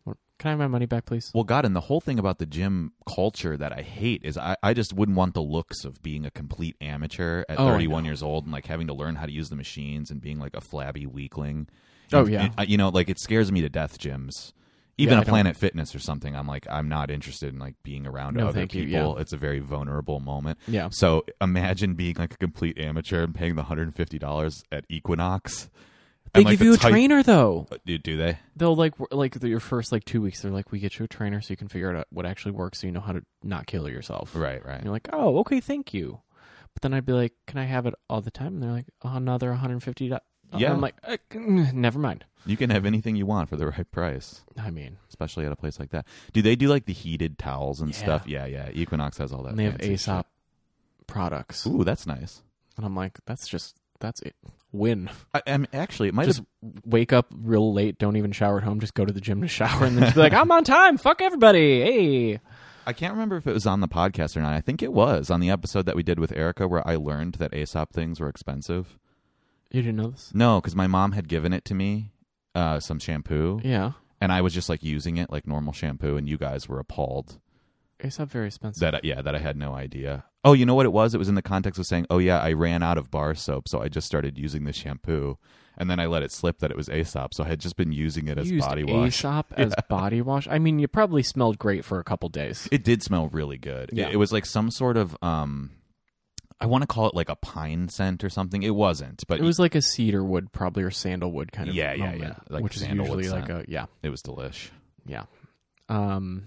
[SPEAKER 2] "Well, "Can I have my money back, please?"
[SPEAKER 1] well, God, and the whole thing about the gym culture that I hate is I, I just wouldn't want the looks of being a complete amateur at
[SPEAKER 2] Oh, I
[SPEAKER 1] 31
[SPEAKER 2] know.
[SPEAKER 1] years old and like having to learn how to use the machines and being like a flabby weakling.
[SPEAKER 2] Oh,
[SPEAKER 1] And-
[SPEAKER 2] yeah.
[SPEAKER 1] and, uh, you know, like it scares me to death. Gyms, even
[SPEAKER 2] Yeah, I
[SPEAKER 1] a
[SPEAKER 2] don't-
[SPEAKER 1] Planet Fitness or something. I'm like, I'm not interested in like being around
[SPEAKER 2] No,
[SPEAKER 1] other
[SPEAKER 2] thank you,
[SPEAKER 1] people.
[SPEAKER 2] yeah.
[SPEAKER 1] It's a very vulnerable moment.
[SPEAKER 2] Yeah,
[SPEAKER 1] So imagine being like a complete amateur and paying the hundred and fifty dollars at Equinox.
[SPEAKER 2] They
[SPEAKER 1] like,
[SPEAKER 2] give
[SPEAKER 1] the
[SPEAKER 2] you a
[SPEAKER 1] type-
[SPEAKER 2] trainer though.
[SPEAKER 1] Uh, Do, do they?
[SPEAKER 2] They'll like w- like your first like two weeks. They're like, we get you a trainer so you can figure out uh, what actually works, so you know how to not kill yourself.
[SPEAKER 1] Right, right.
[SPEAKER 2] And you're like, oh, okay, thank you. But then I'd be like, can I have it all the time? And they're like, another 150. dollars
[SPEAKER 1] Yeah.
[SPEAKER 2] I'm like, "Uh, never mind.
[SPEAKER 1] You can have anything you want for the right price,
[SPEAKER 2] I mean,
[SPEAKER 1] especially at a place like that. Do they do like the heated towels and
[SPEAKER 2] Yeah.
[SPEAKER 1] stuff? Yeah, yeah. Equinox has all that.
[SPEAKER 2] and they have
[SPEAKER 1] fancy
[SPEAKER 2] Aesop products,
[SPEAKER 1] shit. Ooh, that's nice.
[SPEAKER 2] and I'm like, that's just that's it. Win.
[SPEAKER 1] I, I'm actually it might
[SPEAKER 2] just
[SPEAKER 1] have
[SPEAKER 2] wake up real late. Don't even shower at home. Just go to the gym to shower, and then just be like, I'm on time. Fuck everybody. Hey.
[SPEAKER 1] I can't remember if it was on the podcast or not. I think it was on the episode that we did with Erica where I learned that Aesop things were expensive.
[SPEAKER 2] You didn't know this?
[SPEAKER 1] No, because my mom had given it to me, uh, some shampoo,
[SPEAKER 2] Yeah.
[SPEAKER 1] and I was just like using it like normal shampoo, and you guys were appalled
[SPEAKER 2] Aesop very expensive.
[SPEAKER 1] that yeah that I had no idea. Oh, you know what it was? It was in the context of saying, oh yeah, I ran out of bar soap, so I just started using the shampoo, and then I let it slip that it was Aesop, so I had just been using it as
[SPEAKER 2] you used
[SPEAKER 1] body wash.
[SPEAKER 2] Aesop as body wash. I mean, you probably smelled great for a couple days.
[SPEAKER 1] It did smell really good. It-
[SPEAKER 2] Yeah.
[SPEAKER 1] It, was like some sort of um I want to call it like a pine scent or something. It wasn't, but
[SPEAKER 2] It was like a cedar wood, probably or sandalwood kind of.
[SPEAKER 1] Yeah, yeah,
[SPEAKER 2] moment,
[SPEAKER 1] yeah. Like
[SPEAKER 2] which is
[SPEAKER 1] sandalwood
[SPEAKER 2] usually like a
[SPEAKER 1] scent.
[SPEAKER 2] yeah,
[SPEAKER 1] it was delish.
[SPEAKER 2] yeah. Um,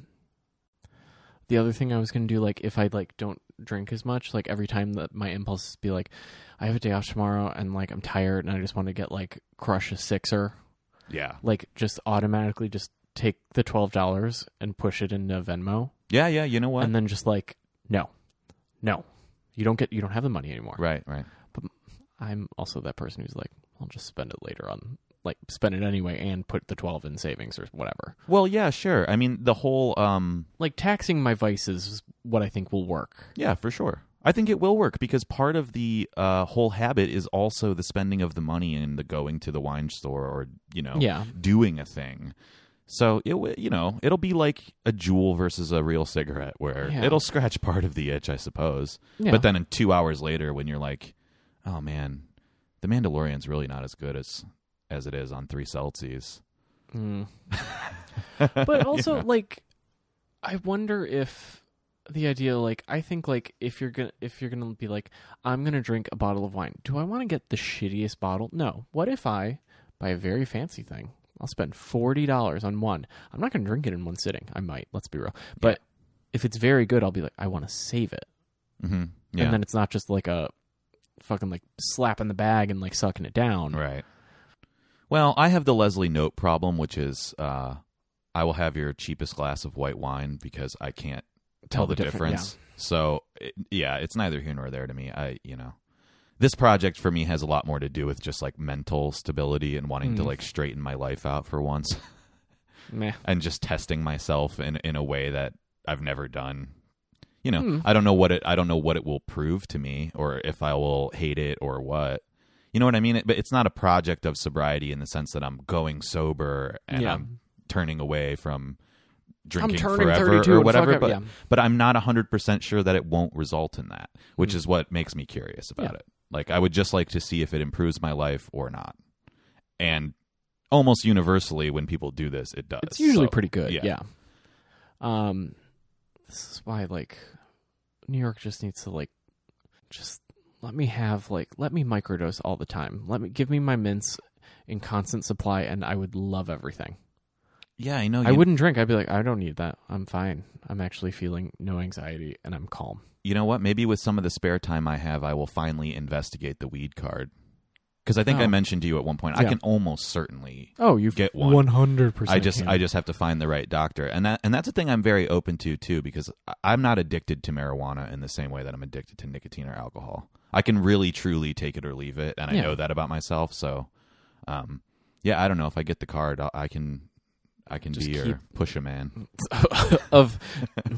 [SPEAKER 2] the other thing I was gonna do, like, if I like don't drink as much, like every time that my impulse is be like, I have a day off tomorrow, and like I'm tired, and I just want to get like crush a sixer,
[SPEAKER 1] Yeah.
[SPEAKER 2] like just automatically just take the twelve dollars and push it into Venmo,
[SPEAKER 1] Yeah, yeah, you know what?
[SPEAKER 2] and then just like no, no, you don't get you don't have the money anymore.
[SPEAKER 1] right, right.
[SPEAKER 2] I'm also that person who's like, I'll just spend it later on, like spend it anyway and put the 12 in savings or whatever.
[SPEAKER 1] Well, yeah, sure. I mean, the whole um
[SPEAKER 2] Like taxing my vices is what I think will work.
[SPEAKER 1] yeah, for sure. I think it will work because part of the uh, whole habit is also the spending of the money and the going to the wine store or, you know,
[SPEAKER 2] Yeah.
[SPEAKER 1] doing a thing. So it wi- you know it'll be like a jewel versus a real cigarette, where
[SPEAKER 2] Yeah.
[SPEAKER 1] it'll scratch part of the itch, I suppose.
[SPEAKER 2] Yeah.
[SPEAKER 1] But then in two hours later, when you're like, "Oh man, the Mandalorian's really not as good as as it is on three Celsius."
[SPEAKER 2] Mm. but also, like, I wonder if the idea, like, I think, like, if you're gonna, if you're gonna be like, I'm gonna drink a bottle of wine. Do I want to get the shittiest bottle? No. What if I buy a very fancy thing? I'll spend forty dollars on one. I'm not gonna drink it in one sitting. I might. Let's be real. But if it's very good, I'll be like, I want to save it,
[SPEAKER 1] Mm-hmm. Yeah,
[SPEAKER 2] and then it's not just like a fucking like slap in the bag and like sucking it down.
[SPEAKER 1] right. Well, I have the Leslie Note problem, which is uh, I will have your cheapest glass of white wine because I can't tell the
[SPEAKER 2] differ- yeah.
[SPEAKER 1] difference. So it, yeah, it's neither here nor there to me. I you know, this project for me has a lot more to do with just like mental stability and wanting to
[SPEAKER 2] Mm.
[SPEAKER 1] like straighten my life out for once
[SPEAKER 2] Meh.
[SPEAKER 1] and just testing myself in in a way that I've never done. You know,
[SPEAKER 2] Mm.
[SPEAKER 1] I don't know what it I don't know what it will prove to me or if I will hate it or what. You know what I mean? It, but it's not a project of sobriety in the sense that I'm going sober and
[SPEAKER 2] Yeah.
[SPEAKER 1] I'm turning away from drinking
[SPEAKER 2] turning
[SPEAKER 1] forever
[SPEAKER 2] 32
[SPEAKER 1] or
[SPEAKER 2] and
[SPEAKER 1] whatever.
[SPEAKER 2] fuck
[SPEAKER 1] But
[SPEAKER 2] up, yeah.
[SPEAKER 1] but I'm not 100% sure that it won't result in that, which is what makes me curious about
[SPEAKER 2] Mm. Yeah.
[SPEAKER 1] it. Like, I would just like to see if it improves my life or not. And almost universally, when people do this, it does.
[SPEAKER 2] It's usually
[SPEAKER 1] So,
[SPEAKER 2] pretty good. Yeah.
[SPEAKER 1] yeah.
[SPEAKER 2] Um, this is why like New York just needs to like just let me have like let me microdose all the time. Let me give me my mints in constant supply, and I would love everything.
[SPEAKER 1] Yeah, I know. You,
[SPEAKER 2] I wouldn't drink. I'd be like, I don't need that. I'm fine. I'm actually feeling no anxiety, and I'm calm.
[SPEAKER 1] You know what? Maybe with some of the spare time I have, I will finally investigate the weed card. Because I think
[SPEAKER 2] Oh.
[SPEAKER 1] I mentioned to you at one point, I
[SPEAKER 2] Yeah.
[SPEAKER 1] can almost certainly
[SPEAKER 2] Oh, you
[SPEAKER 1] Get one.
[SPEAKER 2] One hundred percent.
[SPEAKER 1] I just I just have to find the right doctor, and that and that's a thing I'm very open to too because I- I'm not addicted to marijuana in the same way that I'm addicted to nicotine or alcohol. I can really truly take it or leave it, and
[SPEAKER 2] Yeah.
[SPEAKER 1] I know that about myself. So, um, yeah, I don't know if I get the card, I, I can I can
[SPEAKER 2] Just
[SPEAKER 1] be
[SPEAKER 2] keep- Mm.
[SPEAKER 1] your push a man.
[SPEAKER 2] of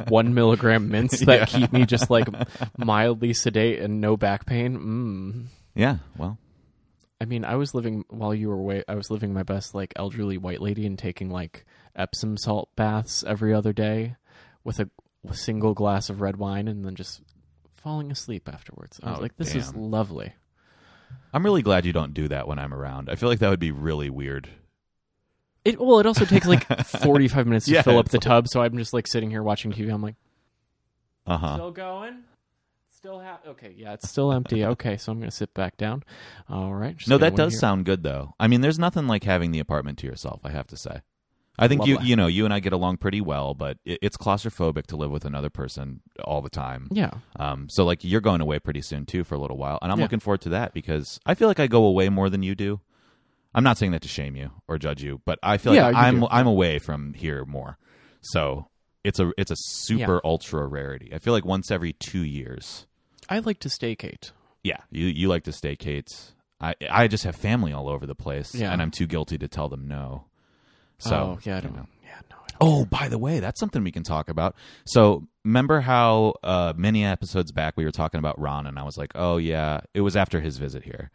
[SPEAKER 2] one milligram mints that
[SPEAKER 1] Yeah.
[SPEAKER 2] keep me just like mildly sedate and no back pain. Mm.
[SPEAKER 1] Yeah, well,
[SPEAKER 2] I mean, I was living while you were away. I was living my best, like elderly white lady, and taking like Epsom salt baths every other day with a single glass of red wine, and then just falling asleep afterwards. I was
[SPEAKER 1] Oh,
[SPEAKER 2] like, "This is
[SPEAKER 1] damn.
[SPEAKER 2] lovely."
[SPEAKER 1] I'm really glad you don't do that when I'm around. I feel like that would be really weird.
[SPEAKER 2] It well, it also takes like forty-five minutes to
[SPEAKER 1] Yeah,
[SPEAKER 2] fill up the
[SPEAKER 1] it's-
[SPEAKER 2] tub, so I'm just like sitting here watching TV. I'm like,
[SPEAKER 1] Uh huh.
[SPEAKER 2] "Still going, still ha- okay. Yeah, it's still empty. Okay, so I'm gonna sit back down. All right. just
[SPEAKER 1] no,
[SPEAKER 2] gonna
[SPEAKER 1] that
[SPEAKER 2] wait
[SPEAKER 1] does
[SPEAKER 2] here.
[SPEAKER 1] sound good though. I mean, there's nothing like having the apartment to yourself. I have to say, I think you
[SPEAKER 2] Lovely.
[SPEAKER 1] you know you and I get along pretty well, but it, it's claustrophobic to live with another person all the time.
[SPEAKER 2] Yeah.
[SPEAKER 1] Um, so like you're going away pretty soon too for a little while, and I'm
[SPEAKER 2] Yeah.
[SPEAKER 1] looking forward to that because I feel like I go away more than you do. I'm not saying that to shame you or judge you, but I feel
[SPEAKER 2] Yeah,
[SPEAKER 1] like
[SPEAKER 2] you
[SPEAKER 1] I'm
[SPEAKER 2] do.
[SPEAKER 1] I'm away from here more. So it's a it's a super ultra rarity. I feel like once every two years.
[SPEAKER 2] I like to staycate.
[SPEAKER 1] Yeah, you you like to stay, Kate. I I just have family all over the place,
[SPEAKER 2] Yeah.
[SPEAKER 1] and I'm too guilty to tell them no. So
[SPEAKER 2] oh, yeah, I
[SPEAKER 1] you
[SPEAKER 2] don't.
[SPEAKER 1] know.
[SPEAKER 2] Yeah, no. I don't.
[SPEAKER 1] Oh, by the way, that's something we can talk about. So, remember how uh, many episodes back we were talking about Ron, and I was like, "Oh yeah, it was after his visit here,"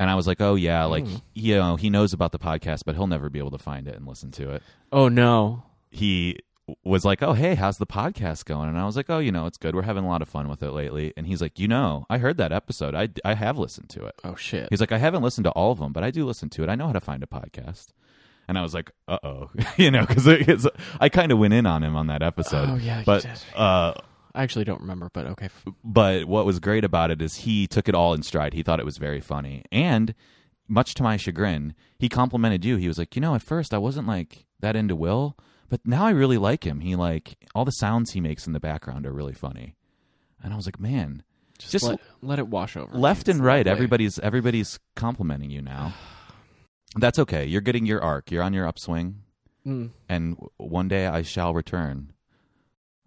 [SPEAKER 1] and I was like, "Oh yeah, like
[SPEAKER 2] Hmm.
[SPEAKER 1] you know, he knows about the podcast, but he'll never be able to find it and listen to it."
[SPEAKER 2] Oh no.
[SPEAKER 1] He was like, "Oh hey, how's the podcast going?" And I was like, "Oh, you know, it's good. We're having a lot of fun with it lately." And he's like, "You know, I heard that episode. I I have listened to it."
[SPEAKER 2] Oh shit.
[SPEAKER 1] He's like, I haven't listened to all of them, but I do listen to it. I know how to find a podcast. And I was like, uh oh, you know, because I kind of went in on him on that episode.
[SPEAKER 2] Oh, yeah, you
[SPEAKER 1] but
[SPEAKER 2] did.
[SPEAKER 1] uh,
[SPEAKER 2] I actually don't remember, but okay. F-
[SPEAKER 1] but what was great about it is he took it all in stride. He thought it was very funny, and much to my chagrin, he complimented you. He was like, you know, at first I wasn't like that into Will, but now I really like him. He like all the sounds he makes in the background are really funny, and I was like, man,
[SPEAKER 2] Just,
[SPEAKER 1] Just
[SPEAKER 2] let, let it wash over. me.
[SPEAKER 1] left
[SPEAKER 2] It's
[SPEAKER 1] and right
[SPEAKER 2] lovely.
[SPEAKER 1] everybody's everybody's complimenting you now that's okay you're getting your arc you're on your upswing
[SPEAKER 2] Mm.
[SPEAKER 1] and w- one day i shall return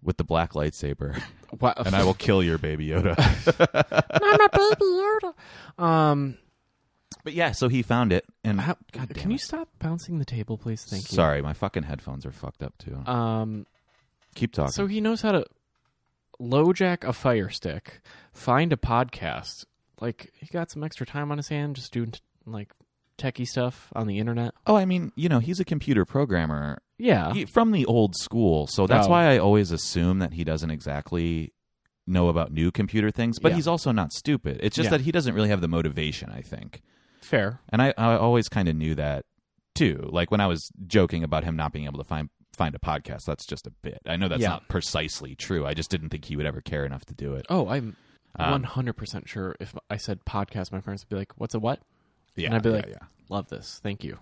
[SPEAKER 1] with the black lightsaber
[SPEAKER 2] Wow.
[SPEAKER 1] and i will kill your baby yoda
[SPEAKER 2] I'm a baby Yoda. Um,
[SPEAKER 1] but yeah so he found it and
[SPEAKER 2] how,
[SPEAKER 1] God Mm. damn
[SPEAKER 2] can you
[SPEAKER 1] it.
[SPEAKER 2] stop bouncing the table, please? Thank you.
[SPEAKER 1] sorry my fucking headphones are fucked up too
[SPEAKER 2] Um,
[SPEAKER 1] keep talking
[SPEAKER 2] so he knows how to lowjack a fire stick, find a podcast. Like he got some extra time on his hand, just doing like techie stuff on the internet.
[SPEAKER 1] oh i mean you know he's a computer programmer
[SPEAKER 2] Yeah,
[SPEAKER 1] He- from the old school so that's
[SPEAKER 2] Uh. Oh.
[SPEAKER 1] why i always assume that he doesn't exactly know about new computer things but
[SPEAKER 2] Yeah.
[SPEAKER 1] he's also not stupid it's just
[SPEAKER 2] Yeah.
[SPEAKER 1] that he doesn't really have the motivation i think
[SPEAKER 2] fair.
[SPEAKER 1] and I, I always kind of knew that too. Like when I was joking about him not being able to find find a podcast, that's just a bit. I know that's
[SPEAKER 2] Yeah.
[SPEAKER 1] not precisely true. I just didn't think he would ever care enough to do it.
[SPEAKER 2] Oh, I'm
[SPEAKER 1] Um,
[SPEAKER 2] one hundred percent sure. If I said podcast, my parents would be like, "What's a what?"
[SPEAKER 1] Yeah,
[SPEAKER 2] and I'd be like,
[SPEAKER 1] yeah, yeah.
[SPEAKER 2] "Love this, thank you."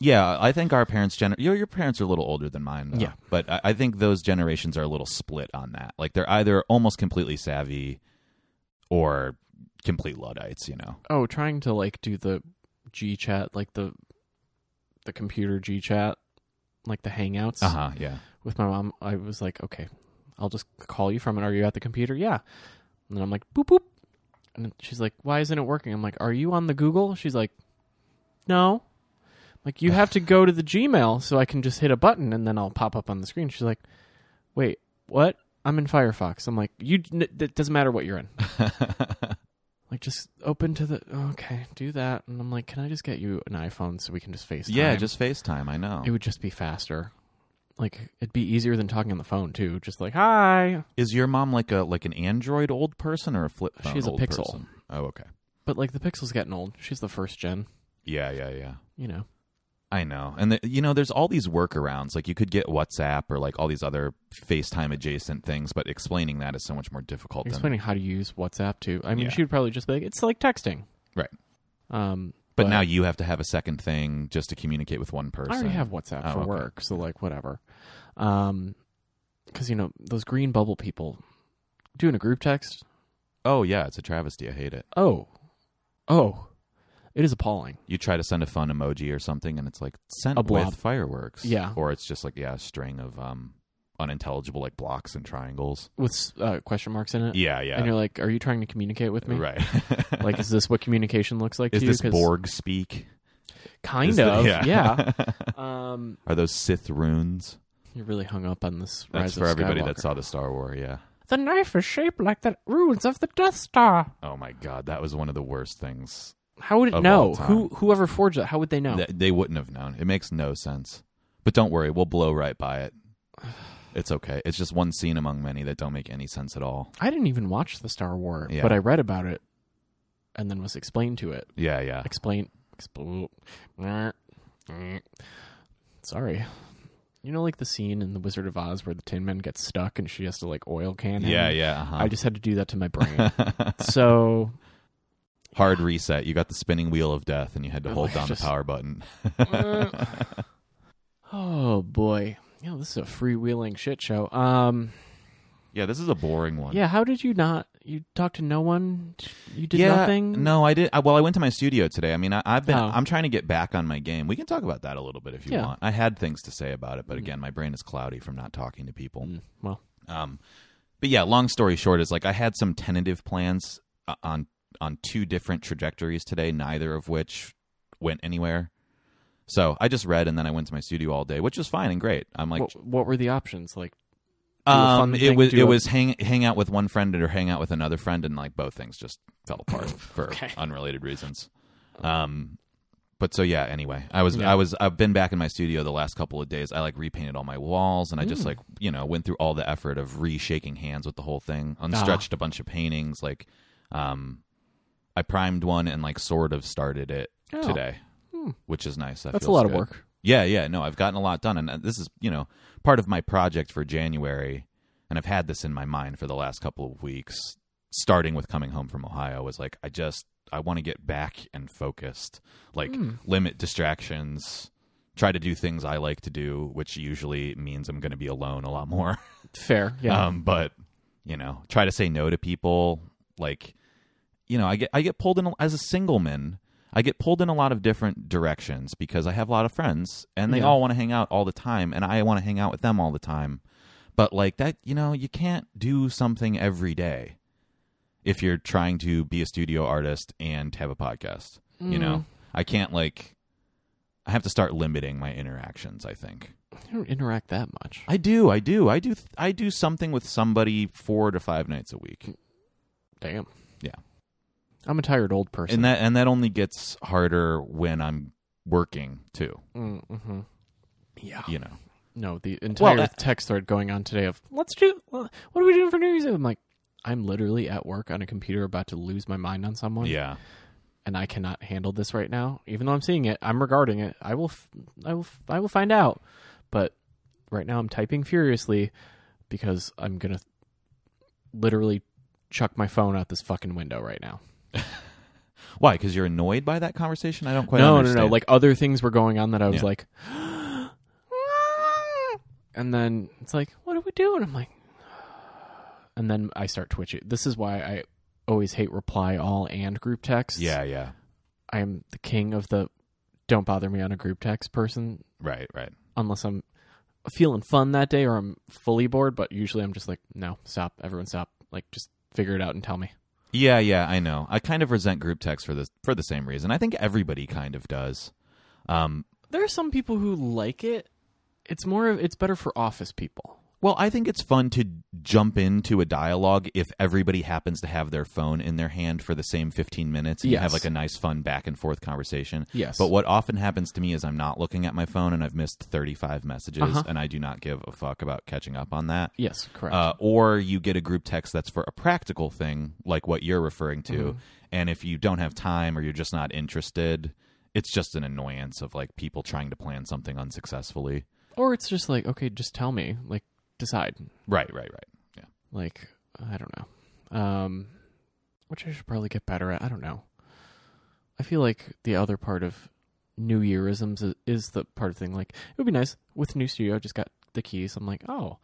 [SPEAKER 1] Yeah, I think our parents' gener your your parents are a little older than mine. Though.
[SPEAKER 2] Yeah.
[SPEAKER 1] but I, I think those generations are a little split on that. Like they're either almost completely savvy or complete luddites. You know.
[SPEAKER 2] Oh, trying to like do the G chat, like the the computer G chat, like the Hangouts
[SPEAKER 1] Uh huh. Yeah.
[SPEAKER 2] with my mom. I was like, okay, I'll just call you from it. Are you at the computer? Yeah. And then I'm like, boop boop. And then she's like, why isn't it working? I'm like, are you on the Google? She's like, no. I'm like you have to go to the Gmail so I can just hit a button and then I'll pop up on the screen. She's like, wait, what? I'm in Firefox. I'm like, you. N- it doesn't matter what you're in. Like just open to the oh, okay, do that, and I'm like, can I just get you an iPhone so we can just FaceTime?
[SPEAKER 1] yeah, just FaceTime. I know.
[SPEAKER 2] it would just be faster. Like it'd be easier than talking on the phone too. Just like hi,
[SPEAKER 1] Is your mom like a like an Android old person or a flip phone?
[SPEAKER 2] She's a
[SPEAKER 1] old
[SPEAKER 2] Pixel.
[SPEAKER 1] person? Oh, okay.
[SPEAKER 2] but like the Pixel's getting old. She's the first gen,
[SPEAKER 1] Yeah, yeah, yeah.
[SPEAKER 2] you know.
[SPEAKER 1] I know, and the, you know, there's all these workarounds. Like you could get WhatsApp or like all these other FaceTime adjacent things, but explaining that is so much more difficult. Than,
[SPEAKER 2] Explaining how to use WhatsApp too. I mean,
[SPEAKER 1] Yeah.
[SPEAKER 2] she'd probably just be like, it's like texting,
[SPEAKER 1] Right.
[SPEAKER 2] Um,
[SPEAKER 1] but, now you have to have a second thing just to communicate with one person.
[SPEAKER 2] I already have WhatsApp
[SPEAKER 1] Oh,
[SPEAKER 2] for
[SPEAKER 1] okay.
[SPEAKER 2] work, so like whatever. Um, because you know those green bubble people doing a group text.
[SPEAKER 1] Oh yeah, it's a travesty. I hate it.
[SPEAKER 2] Oh, oh, it is appalling.
[SPEAKER 1] You try to send a fun emoji or something, and it's like sent
[SPEAKER 2] A blob.
[SPEAKER 1] with fireworks.
[SPEAKER 2] Yeah.
[SPEAKER 1] or it's just like yeah, a string of um unintelligible like blocks and triangles.
[SPEAKER 2] with uh, question marks in it.
[SPEAKER 1] Yeah, yeah.
[SPEAKER 2] And you're like, are you trying to communicate with me?
[SPEAKER 1] right.
[SPEAKER 2] Like, is this what communication looks like
[SPEAKER 1] is
[SPEAKER 2] to you?
[SPEAKER 1] this
[SPEAKER 2] 'Cause
[SPEAKER 1] Borg speak?
[SPEAKER 2] Kind
[SPEAKER 1] Is the-
[SPEAKER 2] of.
[SPEAKER 1] yeah.
[SPEAKER 2] yeah. Um,
[SPEAKER 1] Are those Sith runes?
[SPEAKER 2] you're really hung up on this.
[SPEAKER 1] That's
[SPEAKER 2] Rise
[SPEAKER 1] for
[SPEAKER 2] of
[SPEAKER 1] everybody that
[SPEAKER 2] Skywalker.
[SPEAKER 1] saw the Star Wars. Yeah.
[SPEAKER 2] The knife is shaped like the ruins of the Death Star.
[SPEAKER 1] Oh my god, that was one of the worst things.
[SPEAKER 2] How would it
[SPEAKER 1] Of
[SPEAKER 2] know?
[SPEAKER 1] all time.
[SPEAKER 2] Who whoever forged that? How would they know?
[SPEAKER 1] Th- they wouldn't have known. It makes no sense. But don't worry, we'll blow right by it. It's okay. It's just one scene among many that don't make any sense at all.
[SPEAKER 2] I didn't even watch the Star War,
[SPEAKER 1] Yeah.
[SPEAKER 2] but I read about it, and then was explained to it.
[SPEAKER 1] Yeah, yeah.
[SPEAKER 2] Explain. expl- Sorry. You know, like the scene in The Wizard of Oz where the Tin Man gets stuck and she has to like oil can him.
[SPEAKER 1] Yeah, yeah. Uh-huh.
[SPEAKER 2] I just had to do that to my brain. so
[SPEAKER 1] Hard reset. You got the spinning wheel of death, and you had to
[SPEAKER 2] Oh,
[SPEAKER 1] hold
[SPEAKER 2] I
[SPEAKER 1] down
[SPEAKER 2] just-
[SPEAKER 1] the power button.
[SPEAKER 2] Uh, oh boy. Yeah, this is a freewheeling shit show. Um
[SPEAKER 1] yeah, this is a boring one.
[SPEAKER 2] yeah, how did you not you talked to no one? You did
[SPEAKER 1] yeah,
[SPEAKER 2] nothing?
[SPEAKER 1] No, I did. I, well, I went to my studio today. I mean, I, I've been.
[SPEAKER 2] Oh.
[SPEAKER 1] I'm trying to get back on my game. We can talk about that a little bit if you
[SPEAKER 2] Yeah. Mm-hmm.
[SPEAKER 1] want. I had things to say about it, but again, my brain is cloudy from not talking to people.
[SPEAKER 2] Mm, Well,
[SPEAKER 1] Um, but yeah, long story short is like I had some tentative plans uh, on on two different trajectories today, neither of which went anywhere. So I just read and then I went to my studio all day, which was fine and great. I'm like,
[SPEAKER 2] what, what were the options? Like do a fun
[SPEAKER 1] um, it
[SPEAKER 2] thing,
[SPEAKER 1] was
[SPEAKER 2] do
[SPEAKER 1] it
[SPEAKER 2] a-
[SPEAKER 1] was hang hang out with one friend or hang out with another friend, and like both things just fell apart for
[SPEAKER 2] Okay.
[SPEAKER 1] unrelated reasons. Um, but so yeah. Anyway, I was
[SPEAKER 2] Yeah.
[SPEAKER 1] I was I've been back in my studio the last couple of days. I like repainted all my walls, and I
[SPEAKER 2] Mm.
[SPEAKER 1] just like you know went through all the effort of reshaking hands with the whole thing,
[SPEAKER 2] Ah.
[SPEAKER 1] unstretched a bunch of paintings. Like, um, I primed one and like sort of started it
[SPEAKER 2] Oh.
[SPEAKER 1] today,
[SPEAKER 2] Hmm.
[SPEAKER 1] which is nice. That
[SPEAKER 2] that's a
[SPEAKER 1] feels
[SPEAKER 2] lot of
[SPEAKER 1] good.
[SPEAKER 2] work.
[SPEAKER 1] Yeah, yeah, no, I've gotten a lot done, and uh, this is you know part of my project for January, and I've had this in my mind for the last couple of weeks, starting with coming home from Ohio. Was like, I just I want to get back and focused, like limit distractions, try to do things I like to do, which usually means I'm going to be alone a lot more.
[SPEAKER 2] Fair. Yeah.
[SPEAKER 1] Um, but you know, try to say no to people. Like, you know, I get I get pulled in as a single man. I get pulled in a lot of different directions because I have a lot of friends and they
[SPEAKER 2] Yeah.
[SPEAKER 1] all want to hang out all the time, and I want to hang out with them all the time. But like that, you know, you can't do something every day if you're trying to be a studio artist and have a podcast. Um, You
[SPEAKER 2] Mm.
[SPEAKER 1] know, I can't like. I have to start limiting my interactions. I think.
[SPEAKER 2] Hmm, I don't interact that much.
[SPEAKER 1] I do, I do, I do, I do something with somebody four to five nights a week,
[SPEAKER 2] Damn.
[SPEAKER 1] Yeah.
[SPEAKER 2] I'm a tired old person.
[SPEAKER 1] and that and that only gets harder when I'm working too.
[SPEAKER 2] Mm-hmm. Yeah.
[SPEAKER 1] You know,
[SPEAKER 2] No, the entire
[SPEAKER 1] that-
[SPEAKER 2] text thread going on today of let's do what are we doing for New Year's Eve? I'm like, I'm literally at work on a computer about to lose my mind on someone,
[SPEAKER 1] yeah,
[SPEAKER 2] and I cannot handle this right now. Even though I'm seeing it, I'm regarding it. I will, f- I will, f- I will find out. But right now, I'm typing furiously because I'm gonna literally chuck my phone out this fucking window right now.
[SPEAKER 1] why? Because you're annoyed by that conversation. I don't quite.
[SPEAKER 2] no,
[SPEAKER 1] understand.
[SPEAKER 2] no, no. Like other things were going on that I was
[SPEAKER 1] Yeah.
[SPEAKER 2] like, and then it's like, what are we doing? I'm like, and then I start twitching. This is why I always hate reply all and group texts.
[SPEAKER 1] yeah, yeah,
[SPEAKER 2] I am the king of the don't bother me on a group text person
[SPEAKER 1] right, right.
[SPEAKER 2] unless I'm feeling fun that day or I'm fully bored. But usually I'm just like, no, stop, everyone, stop. Like, just figure it out and tell me.
[SPEAKER 1] Yeah, yeah, I know. I kind of resent group text for this for the same reason. I think everybody kind of does. Um,
[SPEAKER 2] There are some people who like it. It's more of it's better for office people.
[SPEAKER 1] well, I think it's fun to jump into a dialogue if everybody happens to have their phone in their hand for the same 15 minutes and you have
[SPEAKER 2] Yes.
[SPEAKER 1] like a nice fun back and forth conversation.
[SPEAKER 2] Yes.
[SPEAKER 1] But what often happens to me is I'm not looking at my phone and I've missed 35 messages
[SPEAKER 2] Uh-huh.
[SPEAKER 1] and I do not give a fuck about catching up on that.
[SPEAKER 2] Yes, correct.
[SPEAKER 1] Uh, or you get a group text that's for a practical thing, like what you're referring to. And if you don't have time or you're just not interested, it's just an annoyance of like people trying to plan something unsuccessfully.
[SPEAKER 2] or it's just like, okay, just tell me, like, decide.
[SPEAKER 1] Right, right, right. Yeah.
[SPEAKER 2] Like, I don't know. Um, which I should probably get better at. I don't know. I feel like the other part of New Yearisms is, is the part of thing. Like, it would be nice with new studio. I just got the keys. I'm like, oh,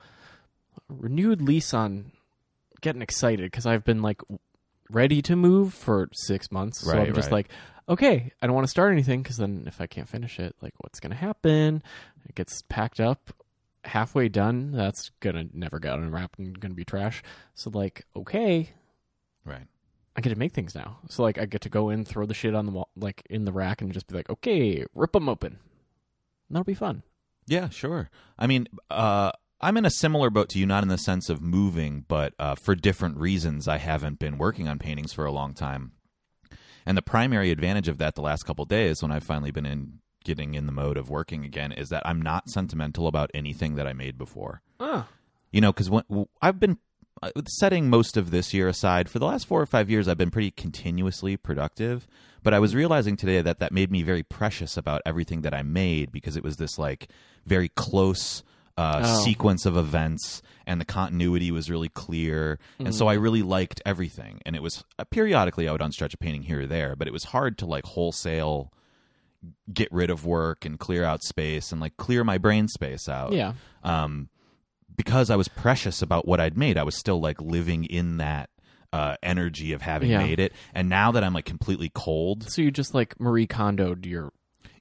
[SPEAKER 2] renewed lease on getting excited because I've been like ready to move for six months. so
[SPEAKER 1] Right,
[SPEAKER 2] I'm just
[SPEAKER 1] right.
[SPEAKER 2] like, okay, I don't want to start anything because then if I can't finish it, like, what's gonna happen? It gets packed up halfway done. That's gonna never get unwrapped and gonna be trash. So like, okay,
[SPEAKER 1] Right.
[SPEAKER 2] I get to make things now. So like, I get to go in, throw the shit on the wall, like in the rack, and just be like, okay, rip them open. And That'll be fun.
[SPEAKER 1] Yeah, sure. I mean, uh, I'm in a similar boat to you, not in the sense of moving, but uh, for different reasons, I haven't been working on paintings for a long time. And the primary advantage of that the last couple days, when I've finally been in getting in the mode of working again, is that I'm not sentimental about anything that I made before.
[SPEAKER 2] Ah,
[SPEAKER 1] You know, because I've been uh, setting most of this year aside, for the last four or five years, I've been pretty continuously productive. But I was realizing today that that made me very precious about everything that I made because it was this like very close uh,
[SPEAKER 2] Oh.
[SPEAKER 1] sequence of events, and the continuity was really clear. And
[SPEAKER 2] Mm.
[SPEAKER 1] so I really liked everything. And it was uh, periodically I would unstretch a painting here or there, but it was hard to like wholesale get rid of work and clear out space and like clear my brain space out
[SPEAKER 2] Yeah.
[SPEAKER 1] um, because I was precious about what I'd made, I was still like living in that uh, energy of having
[SPEAKER 2] Yeah.
[SPEAKER 1] made it. And now that I'm like completely cold,
[SPEAKER 2] So you just like Marie Kondo'd your